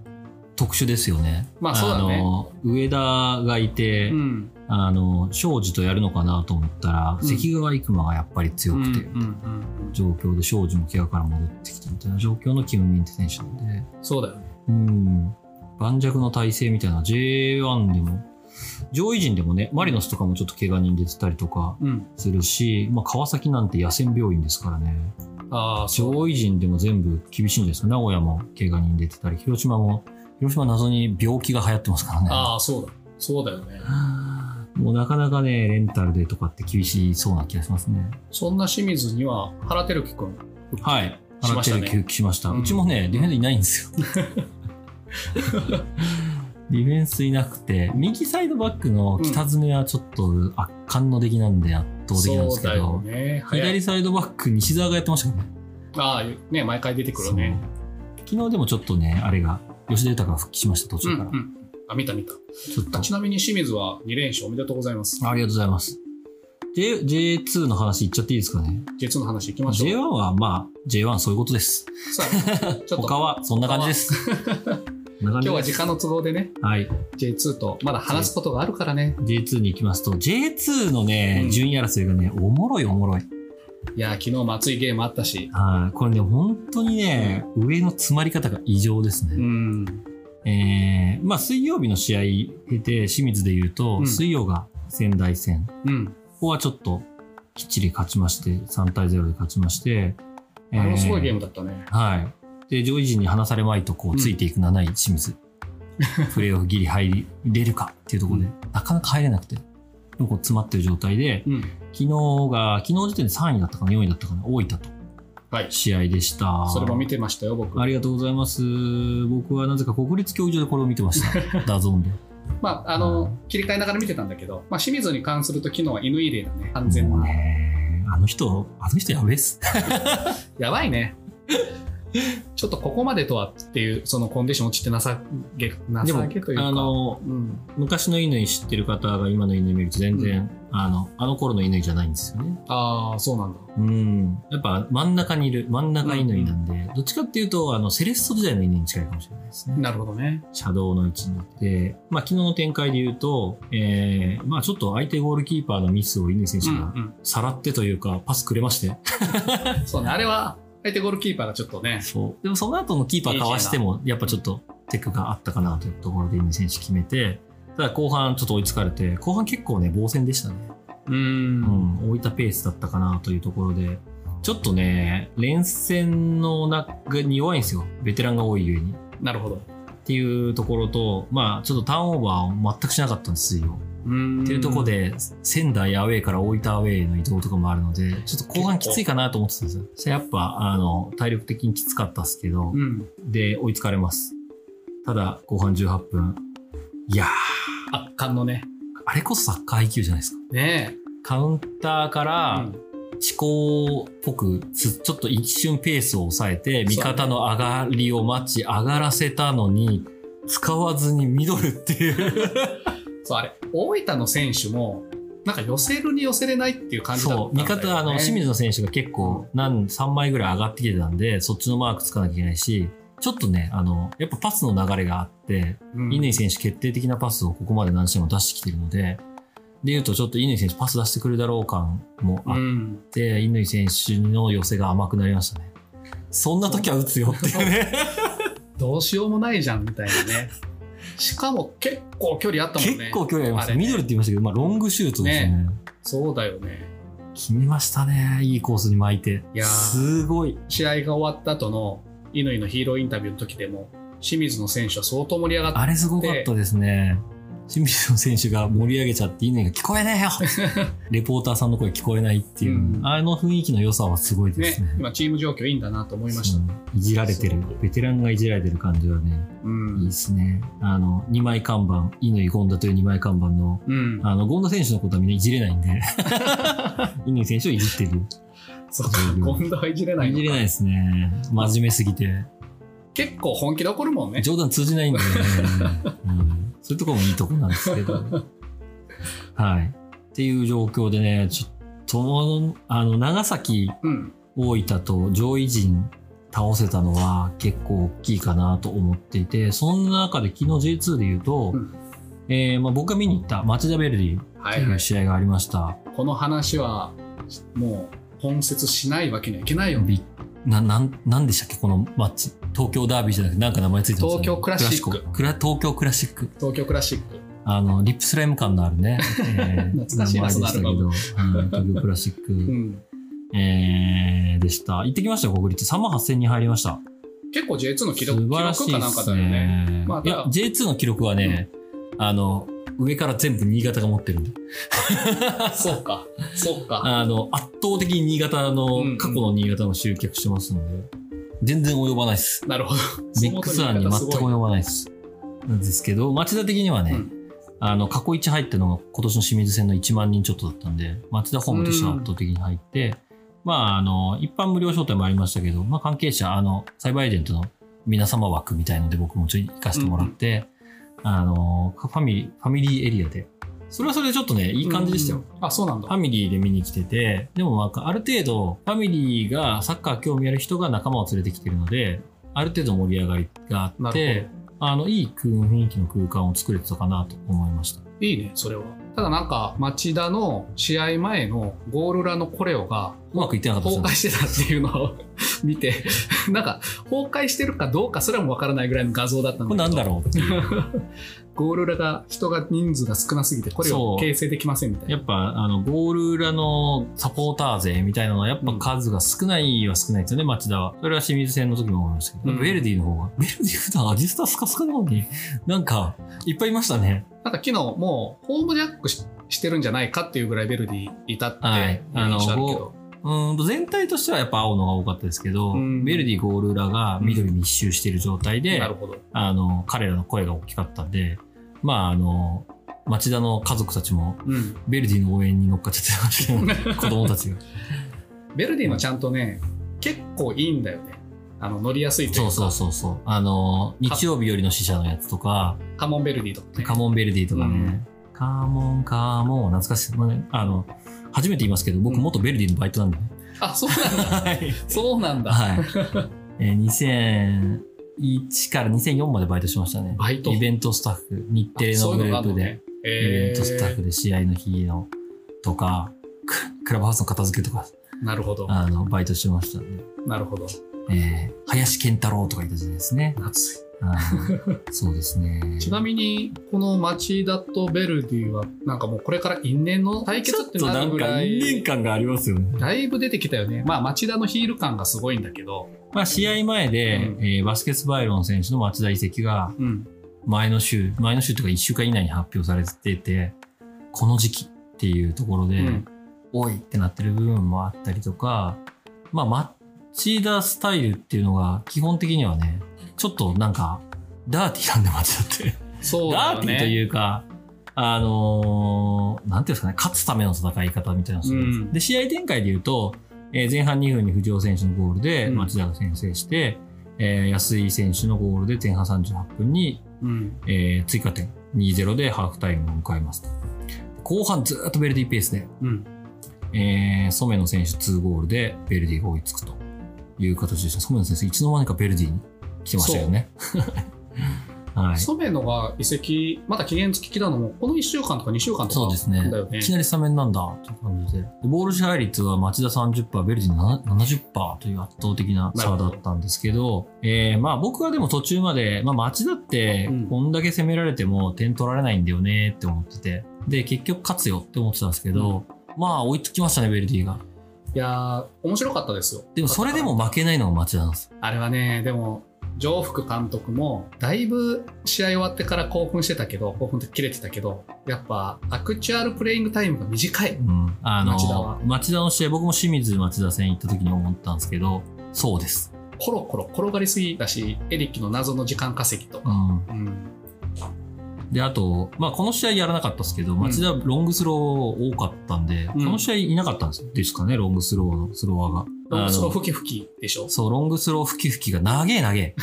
S2: 特殊ですよね。
S1: まあそうだね
S2: の、上田がいて、
S1: うん。
S2: あの、庄司とやるのかなと思ったら、
S1: うん
S2: 関川育馬がやっぱり強くて、
S1: うんうんうん
S2: 状況で庄司も怪我から戻ってきてみたいな状況のキム・ミンテ選手なんで、
S1: そうだよね。
S2: うん、盤石の体制みたいな J1 でも、上位陣でもね、マリノスとかもちょっと怪我人出てたりとか
S1: うん。
S2: するし、まあ川崎なんて野戦病院ですからね、
S1: ああ、そう。
S2: 上位陣でも全部厳しいんじゃないですか。名古屋も怪我人出てたり、広島も、広島謎に病気が流行ってますからね。
S1: ああ、そうだ。そうだよね。
S2: もうなかなかね、レンタルでとかって厳しそうな気がしますね。
S1: そんな清水には原輝樹君、
S2: はい。
S1: しましたね
S2: 払ってる気しました。
S1: うん
S2: うちもね、ディフェンスいないんです よ。ディフェンスいなくて、右サイドバックの北爪はちょっと圧巻の出来なんで圧倒的なん
S1: そ
S2: です
S1: う
S2: け
S1: だよ
S2: ど、
S1: ね。早い
S2: 左サイドバック西澤がやってましたもんね。
S1: ああ、ね、毎回出てくるね。
S2: そう昨日でもちょっとね、あれが、吉田豊が復帰しました、途
S1: うん
S2: 中
S1: う
S2: から。
S1: ん。あ、見た見た。
S2: ちょっと、
S1: ちなみに清水は2連勝おめでとうございます。
S2: ありがとうございます。J、J2 の話いっちゃっていいですかね。
S1: J2 の話いきましょ
S2: J1 はまあ、J1 そういうことです。
S1: う。さあ、ちょっ
S2: 他
S1: と、
S2: はそんな感じです。今
S1: 今日は時間の都合でね、
S2: はい。
S1: J2 とまだ話すことがあるからね。
S2: J2 に行きますと、J2 のね
S1: う、ん
S2: 順位争いがね、おもろいおもろい。
S1: いやー、昨日も熱いゲームあったし。
S2: はい。これね、本当にね、上の詰まり方が異常です
S1: う
S2: ね。
S1: ん。
S2: えー、まあ、水曜日の試合で、清水で言うと、
S1: うん
S2: 水曜が仙台戦。
S1: うん。
S2: ここはちょっと、きっちり勝ちまして、3対0で勝ちまして、
S1: あれもすごいゲー
S2: ム。
S1: ムだったね。
S2: はい。で、上位陣に離されまいと、こう、ついていく7位、清 水。プレーオフギリ入れるかっていうところで、なかなか入れなくて、でもこう詰まってる状態で、
S1: うん。
S2: 昨日が、昨日時点で3位だったかな、4位だったかな、大分と
S1: はい。
S2: 試合でした。
S1: それも見てましたよ、僕。
S2: ありがとうございます。僕はなぜか国立競技場でこれを見て ました。ダゾーンで。
S1: まあ、あ
S2: う
S1: の
S2: ん、
S1: 切り替えながら見てたんだけど、まあ、清水に関すると昨日は犬入れだね。完全
S2: もう
S1: な。
S2: ね、あの人、あの人やべえっす。
S1: やばいね。ちょっとここまでとはっていう、そのコンディション落ちてなさげ、な
S2: でも、
S1: さげというか。
S2: あの、
S1: うん。
S2: 昔の乾知ってる方が今の乾見ると全然、あの、あの頃の乾じゃないんですよね。
S1: ああ、そうなんだ。
S2: うん。やっぱ真ん中にいる、真ん中乾なんで、どっちかっていうと、あの、セレッソ時代の乾に近いかもしれないですね。
S1: なるほどね。
S2: シャドウの位置になって、まあ、昨日の展開で言うと、えーまあ、ちょっと相手ゴールキーパーのミスを乾選手
S1: うん
S2: が
S1: うん。
S2: さらってというか、パスくれまして。
S1: そうね。あれは、相手ゴールキーパーがちょっとね、
S2: そう。でもその後のキーパーかわしても、やっぱちょっとテクがあったかなというところで乾選手決めて、ただ後半ちょっと追いつかれて、後半結構ね、防戦でしたね。
S1: うー。
S2: うんん、置いたペースだったかなというところで、ちょっとね、連戦の中に弱いんですよ。ベテランが多いゆえに。
S1: なるほど。
S2: っていうところと、まあ、ちょっとターンオーバーを全くしなかったんですよ。
S1: うーん。
S2: っていうところ。で、仙台アウェイから大分アウェイの移動とかもあるので、ちょっと後半きついかなと思ってたんですよ。そしたらやっぱ、あの、体力的にきつかったっすけど
S1: う、ん。
S2: で、追いつかれます。ただ、後半18分。いやー、
S1: 圧巻のね。
S2: あれこそサッカー IQ じゃないですか。
S1: ねえ。
S2: カウンターか
S1: う
S2: ら
S1: ん、
S2: 思考っぽく、すちょっと一瞬ペースを抑えて、味方の上がりを待ち、上がらせたのに、使わずにミドルっていう。
S1: そう、あれ、大分の選手も、なんか寄せるに寄せれないっていう感じだった
S2: そ
S1: ん
S2: う、
S1: だ
S2: 味
S1: よ、ね。
S2: 方、あの、清水の選手が結構、何、3枚ぐらい上がってきてたんで、そっちのマークつかなきゃいけないし、ちょっとね、あの、やっぱパスの流れがあって、
S1: うん、
S2: 乾選手決定的なパスをここまで何試合も出してきてるので、でいうとちょっと乾選手パス出してくるだろう感も
S1: う
S2: あっ
S1: ん。
S2: て、乾選手の寄せが甘くなりましたね。そんな時は打つよっていうね。
S1: どうしようもないじゃん、みたいなね。 しかも結構距離あったもんね。
S2: 結構距離ありました。
S1: あれね
S2: ミドルって言いましたけど、まあロングシュートですね。
S1: そうだよね。
S2: 決めましたね。いいコースに巻いて
S1: い。やー
S2: すごい。
S1: 試合が終わった後の乾のヒーローインタビューの時でも清水の選手は相当盛り上がっ
S2: あれすごかったですね。清水の選手が盛り上げちゃって、乾が聞こえね えよレポーターさんの声聞こえないってい
S1: う
S2: う、
S1: ん
S2: あの雰囲気の良さはすごい
S1: て、
S2: です
S1: ね、今チーム状況いいんだなと思いまし
S2: う
S1: た。
S2: んいじられてる
S1: そう
S2: ベテランがいじられてる感じはね
S1: う
S2: いい
S1: ん
S2: で。すねあの2枚看板乾権田という2枚看板の
S1: うん。
S2: あの権田選手のことはみんないじれない んで乾選手をいじってる
S1: そうか、今度はいじれない
S2: い
S1: の
S2: じれ
S1: か
S2: ないですね真面目すぎて
S1: 結構本気で怒るもんね。
S2: 冗談通じないんで、ねうん、そういうところもいいとこなんですけどはいっていう状況でねちょっとあの長崎
S1: うん。
S2: 大分と上位陣倒せたのは結構大きいかなと思っていて、そんな中で昨日 J2 で言うと、
S1: うん
S2: えーまあ、僕が見に行った町田ベルディと
S1: はい
S2: い
S1: は
S2: う
S1: い。
S2: 試合がありました。
S1: この話は、もう、本節しないわけにはいけないよね。
S2: びななんなんでしたっけこのマッチ東京ダービーじゃなくてなんか名前ついてますよね
S1: 東京クラシック
S2: ラコクラ東京クラシック
S1: 東京クラシック。
S2: あのリップスライム感のある ね、えー
S1: 懐かしいな
S2: 名前でしたけど、うん、東京クラシック、
S1: うん。
S2: えーでした行ってきましたよ国立3万8000人入りました
S1: 結構 J2 の記録
S2: 素
S1: 記
S2: 晴らし
S1: 録
S2: い
S1: か
S2: で
S1: なんか
S2: す
S1: だよ ね。
S2: ね。
S1: まあ
S2: いや、J2 の記録はね、あの、上から全部新潟が持ってるんで。
S1: そうか。そうか。
S2: あの、圧倒的に新潟
S1: うんう
S2: の
S1: ん、
S2: 過去の新潟の集客してますので、全然及ばないです。
S1: なるほど。
S2: ミックス案に全く及ばないです。なんですけど、町田的にはね、
S1: うん
S2: あの、過去一入ったのが今年の清水戦の1万人ちょっとだったんで、町田ホームとしては圧倒的に入って、まあ、あの、一般無料招待もありましたけど、まあ、関係者、あの、サイバーエージェントの皆様枠みたいので僕もちょい行かせてもらって、あの、ファミリー、ファミリーエリアで、それはそれでちょっとね、いい感じでしたよ。
S1: うん。あ、そうなんだ
S2: フ。ァミリーで見に来てて、でもまあ、ある程度、ファミリーがサッカー興味ある人が仲間を連れてきてるので、ある程度盛り上がりがあ
S1: な
S2: って
S1: る、
S2: あの、いい空雰囲気の空間を作れてたかなと思いました。
S1: いいね、それは。ただなんか、町田の試合前のゴール裏のコレオが
S2: うまくいってなかった
S1: 崩
S2: で
S1: 壊
S2: すね。
S1: してたっていうのを 見て、なんか、崩壊してるかどうかすらもわからないぐらいの画像だったん
S2: これ
S1: だけ
S2: なん
S1: ど、
S2: だろうっ ていう。
S1: ゴール裏が人が人数が少なすぎて、コレ
S2: そ
S1: オ
S2: う
S1: 形成できませんみたい
S2: や
S1: な。
S2: っぱ、あの、ゴール裏のサポーター勢みたいなのは、やっぱ数が少ないは少ないですよね、町田は。それは清水戦の時も思いましたけど、
S1: うん
S2: ヴェルディの方が。ヴェルディ普段アジスタスカスカなのに、なんか、いっぱいいましたね。
S1: なんか昨日もう、ホームジャックししてるんじゃないかっていうぐらいベルディいたって
S2: はい
S1: いう印象あるけど。
S2: うーんと、全体としてはやっぱ青のが多かったですけど、
S1: うん
S2: ヴェルディゴール裏が緑に一周してる状態で、
S1: なるほど。
S2: あの、彼らの声が大きかったんで、まあ、あの、町田の家族たちも、
S1: うん。
S2: ヴェルディの応援に乗っかっちゃってましたけど 子供たちが。
S1: ベルディのちゃんとね、結構いいんだよね。あの、乗りやすいという
S2: そ
S1: か
S2: うそうそうそう。あの、日曜日よりの死者のやつとか、
S1: カモンベルディとかね。
S2: カモンベルディとかね、カモンカモン、懐かしい。まあねあの、初めて言いますけど、僕
S1: うん
S2: 元ベルディのバイトなんでね。
S1: あ、そうなんだ。
S2: はい。
S1: そうなんだ。
S2: はい。えー2001から2004までバイトしましたね。
S1: バイト
S2: イベントスタッフ、日テレ
S1: あ
S2: の
S1: そうい
S2: グ
S1: う
S2: ル
S1: があ
S2: ー
S1: んの
S2: プで
S1: ね、
S2: イベントスタッフ
S1: え
S2: で試合の日の、とか、ククラブハウスの片付けとか、
S1: ーなるほど。
S2: あの、バイトしてましたんで。
S1: なるほど。
S2: えー林健太郎とかいた時代ですね。
S1: 夏
S2: あ ーそうですね。
S1: ちなみに、この町田とベルディは、なんかもうこれから因縁の対
S2: ち
S1: 決
S2: ょ
S1: っ
S2: ってと
S1: な
S2: な
S1: る
S2: ん
S1: ぐ
S2: から因縁
S1: い、
S2: 感がありますよね。
S1: だいぶ出てきたよね。まあ町田のヒール感がすごいんだけど、
S2: まあ試合前で、
S1: うん
S2: えーバスケスバイロン選手の町田移籍が
S1: うん。
S2: 前の週、前の週とか1週間以内に発表されてて、この時期っていうところで、
S1: うん
S2: おいってなってる部分もあったりとか、まあ町田スタイルっていうのが基本的にはね、ちょっとなんかダーティーなんで町田って。
S1: そうだ
S2: ダ
S1: よ
S2: ーティーと
S1: ね。
S2: いうか、あのーなんていうんですかね、勝つための戦い方みたいなのをするんです、
S1: うん
S2: で、試合展開で言うと、えー前半2分に藤尾選手のゴールで
S1: うん
S2: 町田が先制して、えー安井選手のゴールで前半38分に、
S1: うん。
S2: えー追加点2-0でハーフタイムを迎えますと。後半ずーっとベルディペースで、
S1: うん。
S2: えー染野選手2ゴールでベルディが追いつくという形でした。染野選手いつの間にかベルディに来てましたよね。 はい。
S1: 染野が移籍、まだ期限付きだのも、この1週間とか2週間とか
S2: そうですね
S1: だよね
S2: いき。なりスタメンなんだという感じで。でボール支配率は町田30%、ベルディ7 70%という圧倒的な差だったんですけど、えーまあ僕はでも途中まで、まあ町田って
S1: うん
S2: こんだけ攻められても点取られないんだよねって思ってて、で、結局勝つよって思ってたんですけど、まあ追いつきましたね、ベルディが。
S1: いやー、面白かったですよ。
S2: でもそれでも負けないのが町田なんですよ。
S1: あれはね、でも、上福監督も、だいぶ試合終わってから興奮してたけど、興奮って切れてたけど、やっぱ、アクチュアルプレイングタイムが短い。
S2: うん。あの、
S1: 町田は
S2: 町田の試合、僕も清水町田戦行った時に思ったんですけど、そうです。
S1: コロコロ転がりすぎだし、エリッキの謎の時間稼ぎと
S2: う
S1: か。
S2: ん。
S1: うん。
S2: で、あと、まあ、この試合やらなかったですけど、町田ロングスロー多かったんで、
S1: うん
S2: この試合いなかったんですですかね、ロングスローのスロワーが。
S1: ロングスロー
S2: あの
S1: 吹き吹きでしょ。
S2: そう、ロングスロー吹き吹きが長え長え。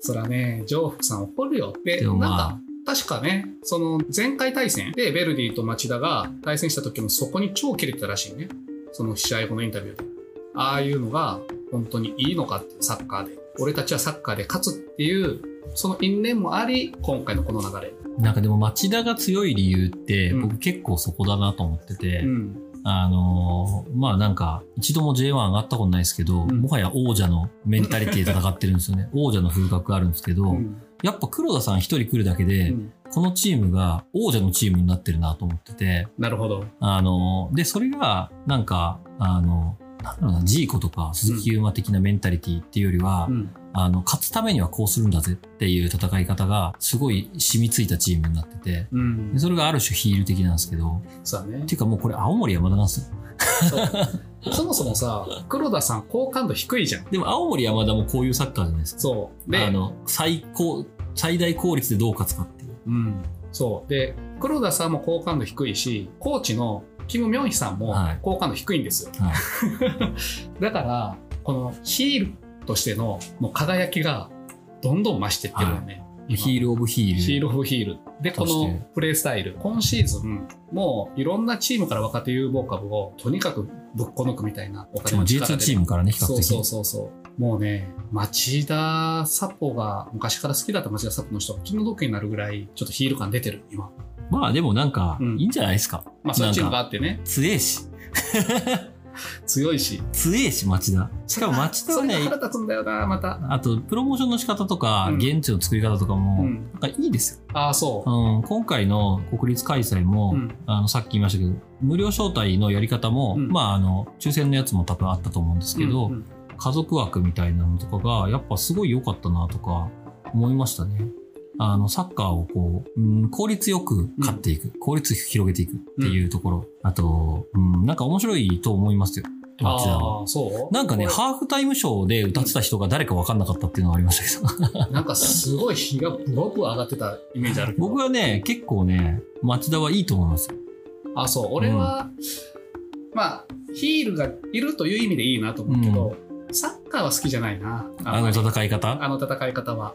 S1: そらね、上福さん怒るよって、
S2: で
S1: な
S2: も
S1: ん
S2: ま
S1: か
S2: あ、、
S1: 確かね、その前回対戦でベルディと町田が対戦した時もそこに超切れてたらしいね。その試合後のインタビューで。ああいうのが本当にいいのかって、サッカーで。俺たちはサッカーで勝つっていう、その因縁もあり、今回のこの流れ。
S2: なんかでも町田が強い理由って、
S1: うん
S2: 僕結構そこだなと思ってて、
S1: うん。
S2: あのーまあなんか、一度も J1 上がったことないですけど、
S1: ん
S2: もはや王者のメンタリティで戦ってるんです よね。王者の風格あるんですけど、
S1: うん
S2: やっぱ黒田さん一人来るだけで、
S1: うん
S2: このチームが王者のチームになってるなと思ってて、
S1: なるほど。
S2: あの、で、それが、なんか、あの、なんだろうな、ジーコとか鈴木優馬的なメンタリティっていうよりは、
S1: うん。
S2: あの、勝つためにはこうするんだぜっていう戦い方が、すごい染みついたチームになってて、
S1: うん
S2: で。それがある種ヒール的なんですけど、
S1: そうだね
S2: って。いうかもうこれ青森山田なんですよ。
S1: そうそもそもさ、黒田さん好感度低いじゃん。
S2: でも青森山田もこういうサッカーじゃないですか。
S1: そう。
S2: あ
S1: で、
S2: の、最高、最大効率でどう勝つかっていう。
S1: うん、そうで黒田さんも好感度低いしコーチのキム・ミョンヒさんも
S2: はい
S1: 好感度低いんですよ、
S2: はい
S1: だからこのヒールとしてのもう輝きがどんどん増してってるよね、
S2: ヒールオブヒール。
S1: ヒール・オブ・ヒールでこ
S2: そして
S1: のプレースタイル今シーズンもういろんなチームから若手有望株をとにかくぶっこ抜くみたいなお
S2: しかも J2 チームからね、比較
S1: そう
S2: 的。
S1: そうそうそうもうね、町田サポが昔から好きだった町田サポの人が気の毒になるぐらい、ちょっとヒール感出てる、今。
S2: まあでもなんか、
S1: うん
S2: いいんじゃないですか。
S1: まあそういうチームがあってね、
S2: 強えし。
S1: 強いし。
S2: 強えし、町田。しかも町田は ね
S1: それ、が腹立つんだよな、また。
S2: あと、プロモーションの仕方とか、
S1: うん
S2: 現地の作り方とか
S1: う
S2: も、
S1: ん。
S2: なんかいいです
S1: ああ、そ
S2: よ。うん、今回の国立開催
S1: う。
S2: も、
S1: うん。
S2: あの、さっき言いましたけど、無料招待のやり方も、
S1: うん
S2: まあ、あの、抽選のやつも多分あったと思うんですけど、
S1: うんうん
S2: 家族枠みたいなのとかが、やっぱすごい良かったなとか、思いましたね。あの、サッカーをこう、うん、効率よく勝っていく、効率広げていくっていうところ。あと、うん、なんか面白いと思いますよ。町田は。
S1: ああ、そう
S2: なんかね、
S1: これ
S2: ハーフタイムショーで歌ってた人が誰か分かんなかったっていうのがありましたけど。
S1: なんかすごい日がブワブワ上がってたイメージあるけど。
S2: 僕はね、結構ね、町田はいいと思いますよ。
S1: あ、そう。俺は、まあ、ヒールがいるという意味でいいなと思うけど、サッカーは好きじゃないな。
S2: あの
S1: んまり
S2: 戦い方。
S1: あの戦い方は。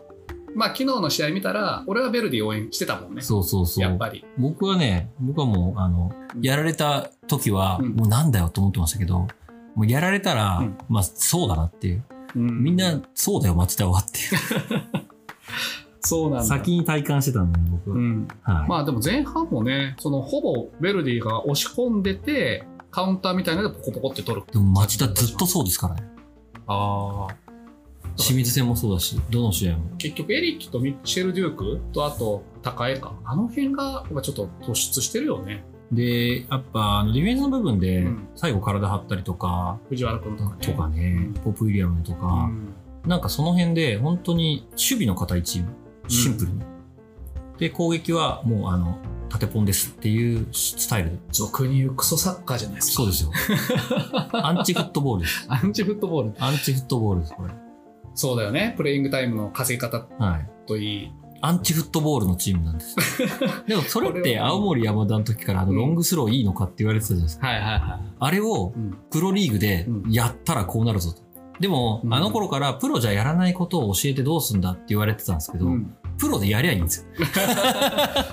S1: まあ、昨日の試合見たら、俺はベルディ応援してたもんね。
S2: そうそうそう。
S1: やっぱり。
S2: 僕はね、僕はもう、あの、やられた時は、
S1: うん
S2: もうなんだよと思ってましたけど、もうやられたら、
S1: うん
S2: まあ、そうだなっていう。
S1: うん
S2: みんな、そうだよ、町田はってい
S1: そうなん
S2: う。
S1: だ。
S2: 先に体感してたんだね、僕
S1: う
S2: は。
S1: ん。
S2: はい。
S1: まあ、でも前半もね、そのほぼベルディが押し込んでて、カウンターみたいなのでポコポコって取る。
S2: でも町田ずっとそうですからね。
S1: ああ。
S2: 清水戦もそうだし、どの試合も。
S1: 結局エリッキとミッチェル・デュークとあと高江かあの辺がやっぱちょっと突出してるよね
S2: で、やっぱ、あの、ディフェンスの部分で
S1: うん、
S2: 最後体張ったりとか、
S1: 藤原君とかね
S2: とかね、ポップ・ウィリアムと
S1: う
S2: か、
S1: ん
S2: なんかその辺で、本当に守備の堅いチーム。シンプルに。で、攻撃はもう、あの、縦ポンですっていうスタイルで。
S1: 俗に言うクソサッカーじゃないですか
S2: そうですよ。 アンチフットボールです。
S1: アンチフットボール
S2: アンチフットボールです、これ。
S1: そうだよねプレイングタイムの稼ぎ方
S2: はい。
S1: といい
S2: アンチフットボールのチームな んです。でもそれっ
S1: これ
S2: て
S1: は
S2: 青森山田の時からあの
S1: うん
S2: ロングスローいいのかって言われてたじゃないですか。
S1: はいはいはい
S2: あれを
S1: うん
S2: プロリーグで
S1: うん
S2: やったらこうなるぞと。でも
S1: う、ん
S2: あの頃からプロじゃやらないことを教えてどうすんだって言われてたんですけど、
S1: うん
S2: プロでやりゃいいんですよ。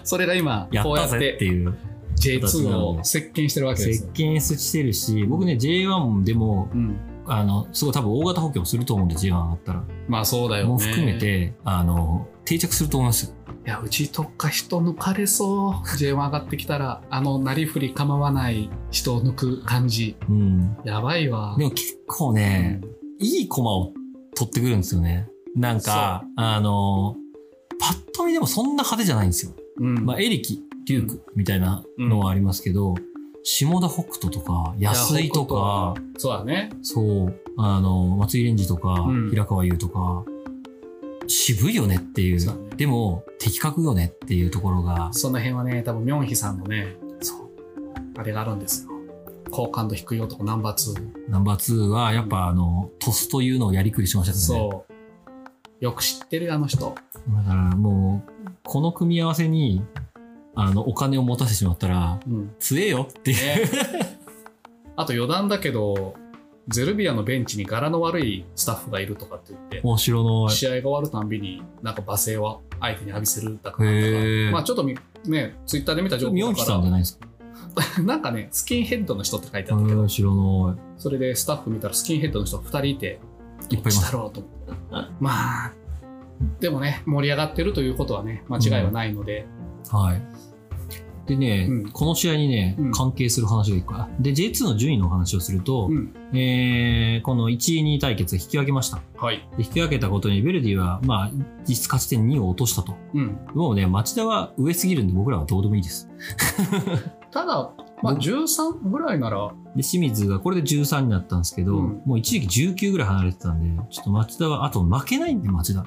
S1: それが今
S2: や
S1: こ
S2: っ
S1: うや
S2: た
S1: っ
S2: ぜって
S1: て
S2: いう。
S1: J2 を席巻してるわけです
S2: 接
S1: よ、
S2: 近してるし、僕ね、J1 でも、
S1: うん、
S2: あの、すごい多分大型補強すると思うんで、J1 上がったら。
S1: まあそうだよね
S2: もう含めて、あの、定着すると思いますよ。
S1: いやうちとか人抜かれそう J1 上がってきたらあのなりふり構わない人を抜く感じ
S2: うん。
S1: やばいわ
S2: でも結構ね、いい駒を取ってくるんですよね。なんか、あの、パッと見でもそんな派手じゃないんですよ。
S1: うんうん
S2: まあ、エリキ、デュークみたいなのはありますけど、下田北斗とか、安井とか、
S1: そうだね。
S2: そう、あの、松井レンジとか、
S1: うん
S2: 平川優とか、渋いよねっていう。
S1: そうだね
S2: でも、的確よねっていうところが、
S1: その辺はね、多分ミョンヒさんのね、
S2: そう
S1: あれがあるんですよ。好感度低い男ナンバー2。
S2: ナンバー2は、やっぱあの、トスというのをやりくりしましたからね。
S1: そう。よく知ってるあの人。
S2: だからもう、この組み合わせに、あの、お金を持たせてしまったら、
S1: うん。
S2: 強えよっていう。
S1: ね、あと余談だけど、ゼルビアのベンチに柄の悪いスタッフがいるとかって言って、
S2: 面白の、
S1: 試合が終わるたんびに、なんか罵声は相手に浴びせるだか
S2: へ
S1: らなんだか。
S2: ー
S1: まあちょっとみね、ツイッターで見た情報
S2: ミョンヒ
S1: だ
S2: さんじ
S1: か、
S2: ゃないですから
S1: なんかね、スキンヘッドの人って書いてあったけど、
S2: 面白の、
S1: それでスタッフ見たらスキンヘッドの人2人いて、
S2: いっぱいいます
S1: だろうと思って。まあ、でもね、盛り上がってるということはね、間違いはないので、
S2: はい。でね、
S1: うん
S2: この試合にね
S1: うん、
S2: 関係する話が一個あで、J2 の順位のお話をすると、
S1: うん
S2: えーこの1位2位対決が引き分けました。
S1: はい。
S2: で引き分けたことに、ベルディは、まあ、実質勝ち点2を落としたと。
S1: うん。
S2: もうね、町田は上すぎるんで僕らはどうでもいいです。
S1: ただ、まあ、13ぐらいなら、
S2: で、清水がこれで13になったんですけど、
S1: うん
S2: もう一時期19ぐらい離れてたんで、ちょっと町田は、あと負けないんで町田。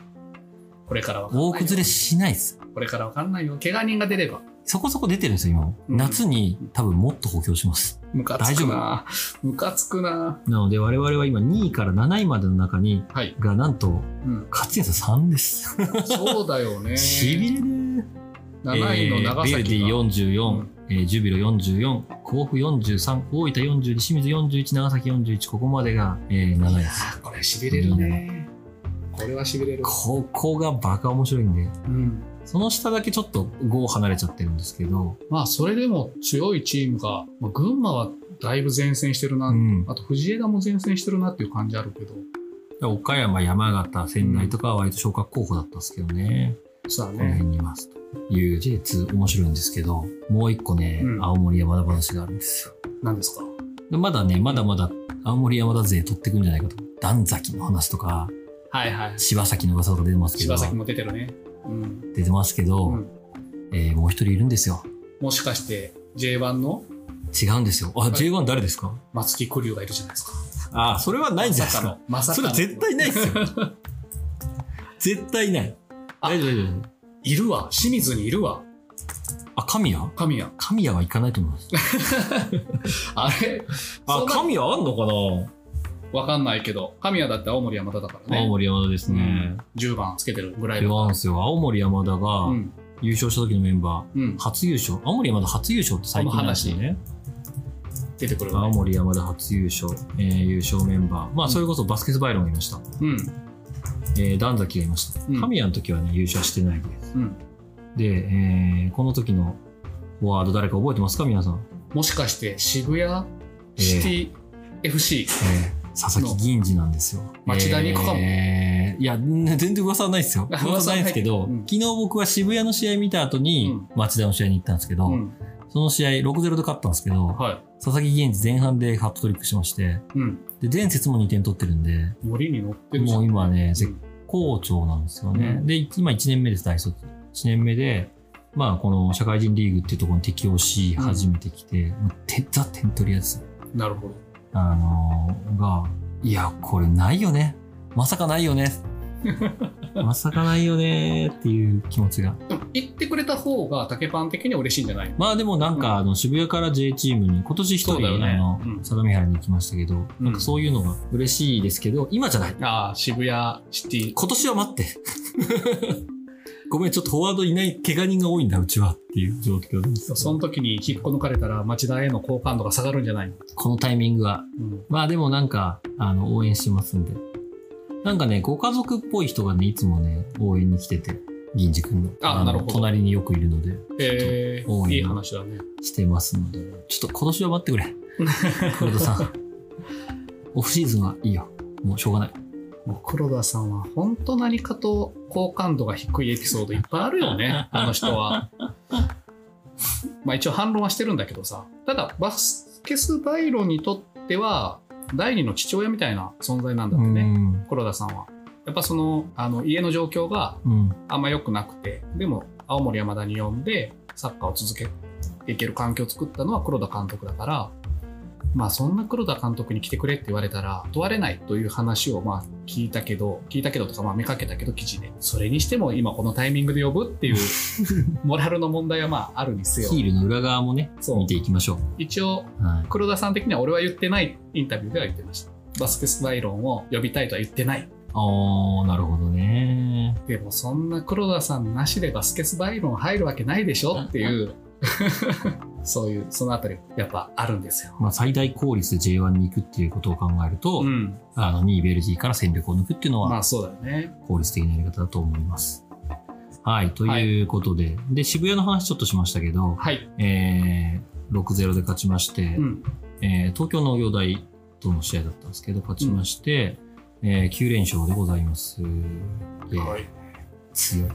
S1: これからわかんないよ
S2: 大崩れしないです。
S1: これからわかんないよ。怪我人が出れば、
S2: そこそこ出てるんですよ、今も。
S1: うん
S2: 夏に多分もっと補強します。
S1: ムカつくな。ムカつくな。
S2: なので我々は今2位から7位までの中に、
S1: はい。
S2: がなんと、
S1: うん。
S2: 勝ち点差3です。
S1: そうだよね。
S2: しびれる。
S1: 7位の長
S2: えーベルデ
S1: 崎
S2: ィ
S1: が、
S2: 44、
S1: うん
S2: えージュビロ44、甲府43、大分42、清水41、長崎41、ここまでが、えー、7位
S1: い
S2: で
S1: や
S2: す。
S1: ーこれしびれるね。これはしびれる。
S2: ここがバカ面白いんで、
S1: うん。
S2: その下だけちょっと5離れちゃってるんですけど、
S1: まあ、それでも強いチームが、まあ、群馬はだいぶ前線してるな
S2: う。ん、
S1: あと、藤枝も前線してるなっていう感じあるけど、
S2: 岡山、山形、仙台とかは割と昇格候補だったんですけどね。
S1: そう
S2: こ
S1: だ
S2: の
S1: ね。
S2: 辺にいますという J2 面白いんですけど、もう一個ね、
S1: うん
S2: 青森山田話があるんですよ。
S1: 何ですか
S2: でまだね、まだまだ青森山田勢取ってくんじゃないかと。段崎の話とか、
S1: はいはい。
S2: 柴崎の噂とか出てますけど
S1: 柴、崎も出てるね。うん。
S2: 出てますけど、
S1: うん
S2: えーもう一人いるんですよ。
S1: もしかして J1 の
S2: 違うんですよ。あ、J1 誰ですか
S1: 松木玖生がいるじゃないですか。
S2: あ、それはないんじゃないですか。
S1: まさ
S2: そ
S1: か
S2: れ
S1: の。
S2: 絶対ないですよ。 絶対ない。
S1: あ
S2: 大丈夫大丈夫。
S1: いるわ。清水にいるわ。
S2: あ、神谷
S1: 神谷。
S2: 神谷は行かないと思います。
S1: あれ
S2: あ
S1: そん、な
S2: 神谷あんのか
S1: わかんないけど、神谷だって青森山田だから
S2: な、青
S1: ね。
S2: 森山田ですね。
S1: 10番つけてるぐらい
S2: 違
S1: の。
S2: うんですよ。青森山田
S1: う
S2: が
S1: ん。
S2: 優勝した時のメンバ
S1: うん
S2: ー、。初優勝。青森山田初優勝って最近なんですよね。
S1: 出てくる
S2: 青
S1: わ、ね。
S2: 森山田初優勝、えー優勝メンバー。まあ、
S1: うん
S2: それこそバスケスバイロンがいました。
S1: うん。
S2: えー、段崎がいました。
S1: うん
S2: 神谷の時はね、優勝してないです。
S1: うん。
S2: で、えーこの時のフォワード誰か覚えてますか皆さん。
S1: もしかして渋谷シティ FC。
S2: えー佐々木銀次なんですよ。
S1: 町田に行くかも
S2: えーいや、ん全然噂はないですよ。
S1: 噂はない
S2: 噂はないですけど、
S1: うん
S2: 昨日僕は渋谷の試合見た後に
S1: うん
S2: 町田の試合に行ったんですけど、
S1: うん。
S2: その試合6-0で勝ったんですけど、
S1: はい。
S2: 佐々木銀次前半でハットトリックしまして、
S1: うん。
S2: で、前節も2点取ってるんで、
S1: 森に乗ってるじゃん。
S2: もう今ね、
S1: う
S2: 絶
S1: ん
S2: 好調なんですよね。
S1: うん
S2: で、今1年目です、大卒。1年目で、まあ、この社会人リーグっていうところに適応し始めてきて、もうてザ・点取りやつ。
S1: なるほど。
S2: あのが、いや、これないよね。まさかない よね。まさかないよねっていう気持ちが。
S1: でも言ってくれた方が竹パン的には嬉しいんじゃない
S2: まあでもなん
S1: うん
S2: か、あの、渋谷から J チームに、今年一
S1: そうだよ
S2: 人、
S1: ね
S2: あの
S1: う、ん
S2: 相模原に行きましたけど、
S1: うん
S2: なんかそういうのが嬉しいですけど、今じゃない。
S1: ああ、渋谷シティ。
S2: 今年は待って。ごめん、ちょっとフォワードいない、怪我人が多いんだ、うちはっていう状況です。
S1: その時に引っこ抜かれたら町田への好感度が下がるんじゃない
S2: このタイミングは
S1: うん。
S2: まあでもなんか、あの、応援してますんで。なんかね、ご家族っぽい人がね、いつもね、応援に来てて、銀次くんの。
S1: あ
S2: の
S1: なるほど
S2: 隣によくいるので、
S1: え
S2: 多い
S1: ー、
S2: ね
S1: いい話だね。
S2: してますので、ちょっと今年は待ってくれ。黒田さん。オフシーズンはいいよ。もうしょうがない。
S1: もう黒田さんは本当何かと好感度が低いエピソードいっぱいあるよねあの人はまあ一応反論はしてるんだけどさただバスケスバイロンにとっては第二の父親みたいな存在なんだってね、
S2: ん。
S1: 黒田さんはやっぱそのあの家の状況が
S2: うん。
S1: あんま良くなくてでも青森山田に呼んでサッカーを続けていける環境を作ったのは黒田監督だからまあそんな黒田監督に来てくれって言われたら問われないという話をまあ聞いたけど聞いたけどとかまあ見かけたけど記事でそれにしても今このタイミングで呼ぶ っていうモラルの問題はまああるにせよ
S2: ヒールの裏側もね、
S1: そう
S2: 見ていきましょ
S1: 一応
S2: う。はい。
S1: 黒田さん的には俺は言ってないインタビューでは言ってましたバスケスバイロンを呼びたいとは言ってない
S2: おー、なるほどね。
S1: でもそんな黒田さんなしでバスケスバイロン入るわけないでしょっていう、 そういう、そのあたりやっぱあるんですよ。
S2: まあ、最大効率で J1 に行くっていうことを考えると、
S1: ん。
S2: あの、2位ベルギーから戦力を抜くっていうのは、
S1: まあそうだよね。
S2: 効率的なやり方だと思います。はい、ということで、で、渋谷の話ちょっとしましたけど、
S1: はい。
S2: えー、6-0で勝ちまして、
S1: うん。
S2: えー東京農業大との試合だったんですけど、勝ちまして、えー9連勝でございます。で、
S1: い。
S2: 強い。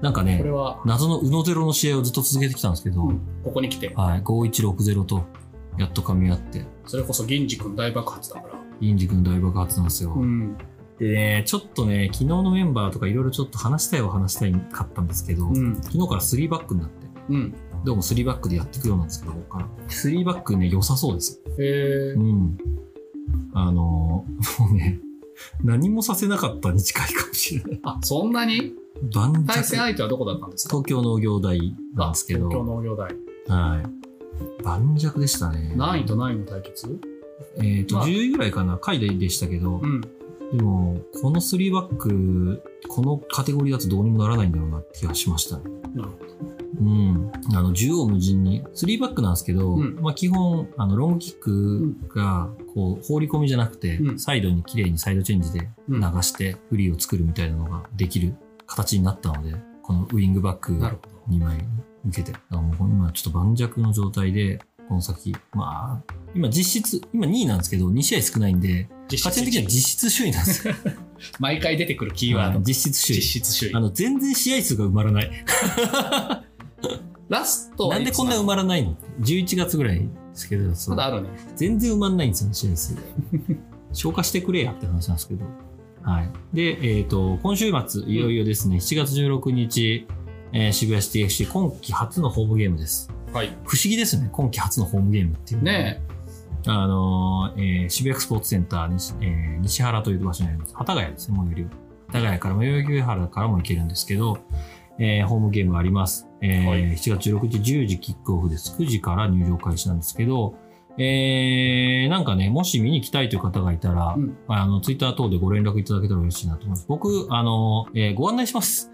S2: なんか
S1: これ
S2: ね、
S1: は、
S2: 謎のうのゼロの試合をずっと続けてきたんですけど、
S1: うんここに来て、
S2: はい、5160と、やっと噛み合って、
S1: それこそ銀次君大爆発だから。
S2: インジ君大爆発なんですよ。
S1: ん。
S2: でね、ちょっとね、昨日のメンバーとかいろいろちょっと話したいは話したいかったんですけど、
S1: うん。
S2: 昨日から3バックになって、
S1: うん。
S2: どうも3バックでやっていくようなんですけど、ここから。3バックね、良さそうです。
S1: えー、
S2: ん。あのーもうね、何もさせなかったに近いかもしれない。
S1: あ、そんなに
S2: 盤
S1: 対
S2: 石。
S1: 戦相手はどこだったんですか
S2: 東京農業大なんですけ
S1: 東京
S2: ど、
S1: 農業大。
S2: はい。盤石でしたね。
S1: 何位と何位の対決
S2: えっ、と、
S1: まあ
S2: 10位ぐらいかな、回ででしたけど、
S1: ん。
S2: でも、この3バック、このカテゴリーだとどうにもならないんだろうなって気がしましたね。
S1: なるほ
S2: うん。あの、縦横無尽に、3バックなんですけど、
S1: うん
S2: まあ基本、あの、ロングキックが、こう、放り込みじゃなくて、
S1: うん
S2: サイドに綺麗にサイドチェンジで
S1: う
S2: 流
S1: ん
S2: して、フリーを作るみたいなのができる形になったので、このウイングバック
S1: なるほ
S2: 2枚に向けて、あもう今ちょっと盤石の状態で、この先、まあ、今実質、今2位なんですけど、2試合少ないんで、
S1: 実
S2: 勝
S1: 質
S2: ちの時は実質首位なんですよ。
S1: 毎回出てくるキーワード。
S2: 実質首位。
S1: 実質首
S2: あ
S1: 位。
S2: の、全然試合数が埋まらない。
S1: ラストは
S2: なんでこんな埋
S1: い
S2: まらないの ?11 月ぐらいですけど、
S1: つ
S2: そ
S1: までま
S2: う
S1: だあるね。
S2: 全然埋まんないんですよね、試合 数が。消化してくれやって話なんですけど。はい。で、えっ、と、今週末、いよいよですね、7月16日、えー渋谷シティ FC 今季初のホームゲームです。
S1: はい。
S2: 不思議ですね、今季初のホームゲームっていうのは
S1: ね
S2: あのーえー渋谷区スポーツセンター西,、えー西原という場所にあります。幡ヶ谷ですね、最寄りは。幡ヶ谷からも、代々木上原からも行けるんですけど、えーホームゲームあります。えー
S1: はい
S2: 7月16日10時キックオフです。9時から入場開始なんですけど、えーなんかね、もし見に来たいという方がいたら、
S1: うん
S2: あの、ツイッター等でご連絡いただけたら嬉しいなと思います。僕、あのーえーご案内します。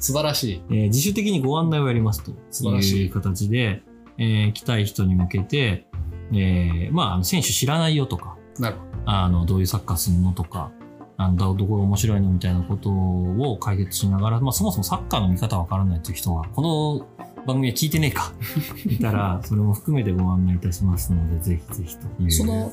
S1: 素晴らしい。
S2: えー自主的にご案内をやりますと
S1: 素晴らしい
S2: いう形で、えー来たい人に向けて、えーまああの、選手知らないよとか、
S1: なるほ
S2: あの、どういうサッカーするのとか、あの、どどこが面白いのみたいなことを解説しながら、まあ、そもそもサッカーの見方わからないという人が、この番組は聞いてねえ か、いたら、それも含めてご案内いたしますので、ぜひぜひという。
S1: その、ど。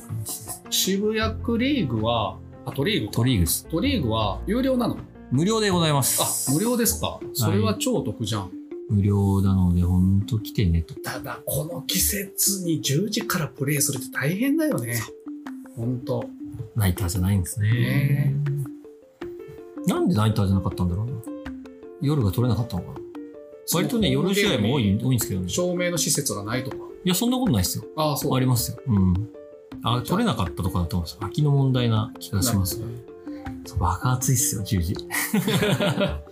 S1: 渋谷区リーグは、あ、トリーグ
S2: ト
S1: か。
S2: リーグス。
S1: トリーグは有料なの
S2: 無料でございます。
S1: あ、無料ですか。それは超得じゃん。
S2: 無料なので、ほんと来てねと。
S1: ただ、この季節に10時からプレイするって大変だよね。ほんと。
S2: ナイターじゃないんですね
S1: ね。
S2: なんでナイターじゃなかったんだろうな。夜が取れなかったのかな。割とね、
S1: その
S2: 夜試合も多い多いんですけどね。
S1: 照明の施設がないとか。
S2: いや、そんなことないですよ。
S1: ああ、そう。
S2: ありますよ。うん。あ、取れなかったとかだと思うんですよ。空きの問題な気がします。
S1: なるほどね
S2: 爆熱いっすよ、10時。
S1: た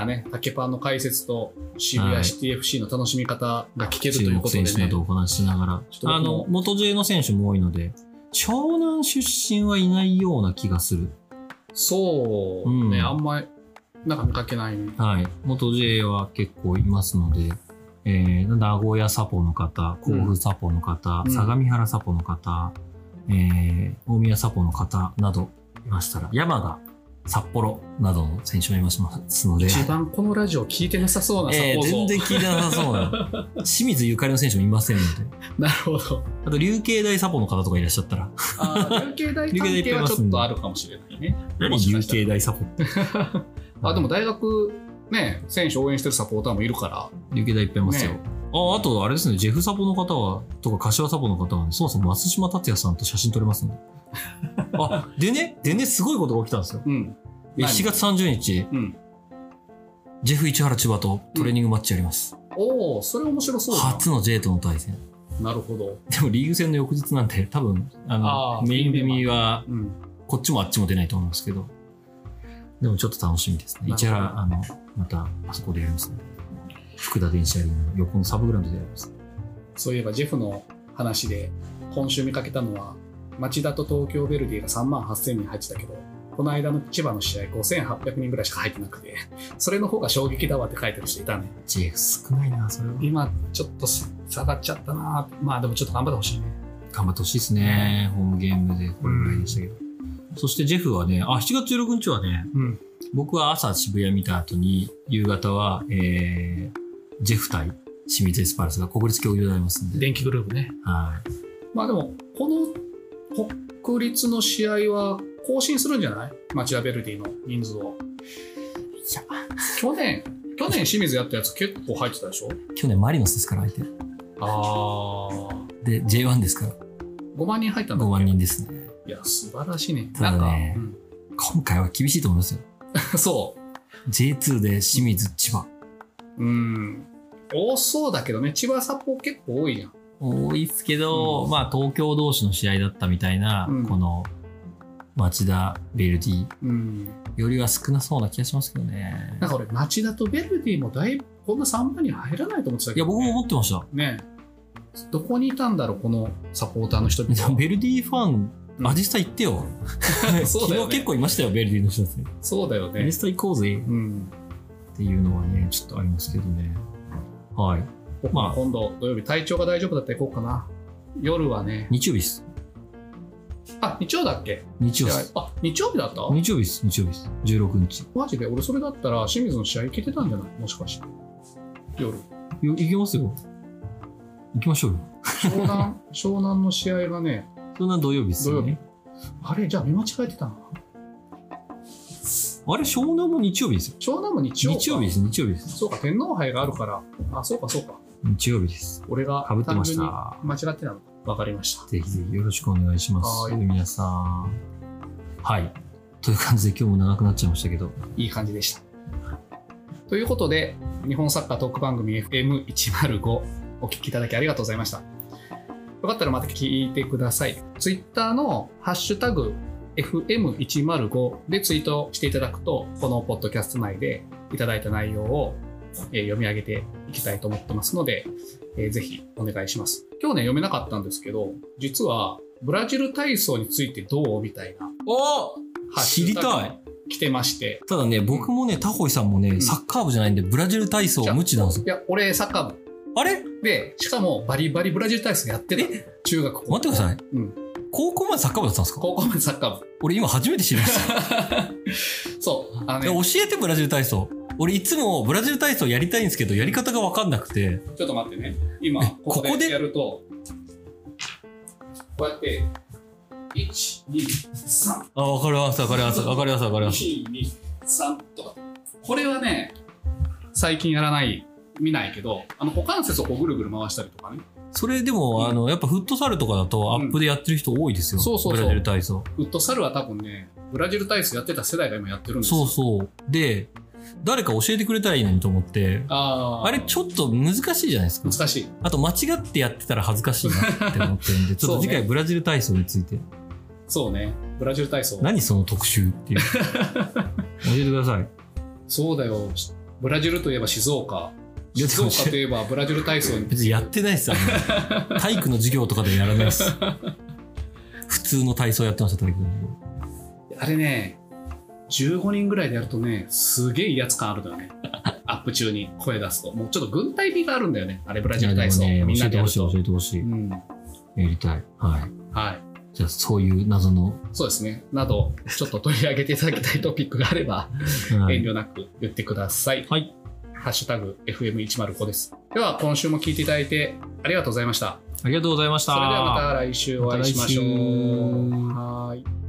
S1: だね、竹パンの解説と渋
S2: は
S1: 谷
S2: い
S1: シティ FC の楽しみ方が聞けると
S2: 中
S1: いうこ
S2: 国
S1: とで
S2: 選手な
S1: ね
S2: ど。お話ししなが
S1: ちょっと僕
S2: ら。
S1: も
S2: あの、元 J の選手も多いので、湘南出身はいないような気がする。
S1: そうう、
S2: ん
S1: ね、あんまり、なんか見かけないね。
S2: はい。元 J は結構いますので、えー、名古屋サポの方、甲府サポの方、
S1: うん
S2: 相模原サポの方、えー、大宮サポの方などいましたら、山が札幌などの選手もいますので、
S1: 一番このラジオ聞いてなさそうなサポ
S2: え
S1: ー
S2: ー、
S1: ト
S2: 全然聞いてなさそうな。 清水ゆかりの選手もいませんので。
S1: なるほど。
S2: あと、琉球大サポの方とかいらっしゃったら、
S1: ああ、琉球大関係はちょっとあるかもしれないね。
S2: 何
S1: もしか
S2: 琉
S1: したら
S2: 球大 サポ
S1: あ、でも大学、ね、選手応援してるサポーターもいるから、
S2: 琉球大いっぱいいますよ。
S1: ね
S2: ああと、あれですね、ジェフサポの方は、とか柏サポの方はね、そもそも松島達也さんと写真撮れます んで。あ、でね、でね、すごいことが起きたんですよ。
S1: うん。
S2: え
S1: 何
S2: 7月30日、
S1: うん。
S2: ジェフ市原千葉とトレーニングマッチやります。
S1: おお、それ面白そうだ
S2: 初の J との対戦。
S1: な。なるほど。
S2: でもリーグ戦の翌日なんで、多分、あの、
S1: あー
S2: メイン組は、
S1: うん。
S2: こっちもあっちも出ないと思うんですけど、でもちょっと楽しみです
S1: な
S2: ね。
S1: るほど
S2: 市原、あの、また、あそこでやりますね。福田電子アリーナの横のサブグラウンドでやります。
S1: そういえば、ジェフの話で、今週見かけたのは、町田と東京ヴェルディが3万8000人入ってたけど、この間の千葉の試合5800人ぐらいしか入ってなくて、それの方が衝撃だわって書いてる人いたね。
S2: ジェフ少ないな、それは。
S1: 今、ちょっとす下がっちゃったなまあでもちょっと頑張ってほしいね。
S2: 頑張ってほしいですね、ホームゲームでこれぐらいでしたけど、そしてジェフはね、あ、7月16日はね、
S1: うん。
S2: 僕は朝渋谷見た後に、夕方は、えー、ジェフ対清水エスパルスが国立競技場でありますんで、
S1: 電気グループね。
S2: はい。
S1: まあでも、この国立の試合は更新するんじゃない町田ヴェルディの人数を。
S2: や
S1: 去年、去年清水やったやつ結構入ってたでしょ
S2: 去年マリノスですから、相手。
S1: ああ。
S2: で、J1 ですから、
S1: 5万人入ったんだ
S2: 5
S1: っけ
S2: 万人ですね。
S1: いや、素晴らしいね。
S2: ただね
S1: なんか、
S2: 今回は厳しいと思いますよ。
S1: うん、 そ
S2: J2 で清水、千葉。
S1: う。うん。多そうだけどね、千葉サポ結構多いじゃん。
S2: 多いっすけど、
S1: うん
S2: まあ東京同士の試合だったみたいな、
S1: うん
S2: この、町田、ベルディ
S1: うん。
S2: よりは少なそうな気がしますけどね。
S1: なんか俺、町田とヴェルディもだいぶ、こんな3万人入らないと思ってた
S2: い
S1: け
S2: や、
S1: ど、ね。
S2: 僕も思ってました。
S1: ねどこにいたんだろう、このサポーターの人々は。
S2: ベルディファン、
S1: うん
S2: アジスタ行って よ。
S1: そうだよね
S2: 昨日結構いましたよ、ベルディの人たち。
S1: そうだよ
S2: アジ
S1: ね。
S2: スタ行こうぜ
S1: うん。
S2: っていうのはね、ちょっとありますけどね。はい。
S1: 僕
S2: まあ
S1: も今度土曜日、体調が大丈夫だったら行こうかな。夜はね、
S2: 日曜日っす。
S1: あ、日曜だっけ
S2: 日曜
S1: 試
S2: っ
S1: 合
S2: す。
S1: あ、日曜日だった
S2: 日曜日っす、日曜日っす。16日。
S1: マジで俺それだったら清水の試合行けてたんじゃないもしかして。夜。
S2: よ行きますよ。行きましょうよ。
S1: 湘南、湘南の試合がね、
S2: そんな土曜日っすよね。
S1: あれ、じゃあ見間違えてたな。
S2: あれ、湘南も日曜日ですよ。
S1: 湘南も日曜か
S2: 日曜日です、日曜日です。
S1: そうか、天皇杯があるから、あ、そうか、そうか。
S2: 日曜日です。
S1: 俺が
S2: かぶってまし
S1: 単純
S2: た。
S1: に間違ってたのか。わかりました。
S2: ぜひぜひよろしくお願いします。
S1: はい
S2: 皆さん。はい。という感じで今日も長くなっちゃいましたけど。
S1: いい感じでした。ということで、日本サッカートーク番組 FM105 お聞きいただきありがとうございました。よかったらまた聞いてください。Twitter のハッシュタグ FM105 でツイートしていただくと、このポッドキャスト内でいただいた内容をえー読み上げていきたいと思ってますので、えーぜひお願いします。今日ね、読めなかったんですけど、実はブラジル体操についてどうみたいな
S2: お
S1: ハッシ
S2: 知
S1: ュ
S2: り
S1: タグ
S2: たい
S1: 来てまして、
S2: ただね、僕もね、タホイさんも
S1: う
S2: ね、
S1: ん
S2: サッカー部じゃないんで、ブラジル体操無知なんですよ。
S1: いや、俺、サッカー部。
S2: あれ
S1: で、しかも、バリバリブラジル体操やってた。中学校。
S2: 待ってください。
S1: うん
S2: 高校までサッカー部だったんですか
S1: 高校までサッカー部。
S2: 俺今初めて知りました。
S1: そう。あの
S2: で
S1: ね、
S2: 教えてブラジル体操。俺いつもブラジル体操やりたいんですけど、やり方がわかんなくて。
S1: ちょっと待ってね。今
S2: え、
S1: ここ
S2: ここで
S1: でやると、こうやって、1、2、3、
S2: あ、わかります、わかります、わかります、わかります。
S1: 1、2、3とか。これはね、最近やらない、見ないけど、あの、股関節をこうぐるぐる回したりとかね、
S2: それでも、
S1: うん
S2: あの、やっぱフットサルとかだとアップでやってる人多いです
S1: う
S2: よ。
S1: んそうそうそう
S2: ブラジル体操。
S1: フットサルは多分ね、ブラジル体操やってた世代が今やってるんですよ。
S2: そうそう。で、誰か教えてくれたらいいのにと思って、
S1: あー
S2: あれちょっと難しいじゃないですか。
S1: 難しい。
S2: あと間違ってやってたら恥ずかしいなって思ってるんで、ちょ っ
S1: そう
S2: と
S1: ね
S2: 次回ブラジル体操について、
S1: そうね、ブラジル体操。
S2: 何その特集って いう。教えてください。
S1: そうだよ。しブラジルといえば静岡。
S2: いや
S1: 静岡といえばブラジル体操に。
S2: 別にやってないです、あんまり体育の授業とかではやらない です。普通の体操やってました、体育の授業。
S1: あれね、15人ぐらいでやるとね、すげえ威圧感あるんだ よね。アップ中に声出すと。もうちょっと軍隊美があるんだよね。あれブラジル体操。
S2: いやでもね
S1: みん
S2: 教
S1: なで
S2: えて
S1: や
S2: ほ
S1: る
S2: しい、
S1: と
S2: 教。えてほしい。
S1: うん。は
S2: やりたい。はい。
S1: い。
S2: じゃあ、そういう謎の、
S1: そうですね。など、ちょっと取り上げていただきたいトピックがあれば、
S2: は
S1: 遠
S2: い。
S1: 慮なく言ってください。
S2: はい
S1: ハッシュタグ FM105 です。では、今週も聞いていただいてありがとうございました。
S2: ありがとうございました。
S1: それではまた来週お会いしましょう。
S2: また来週
S1: はーい。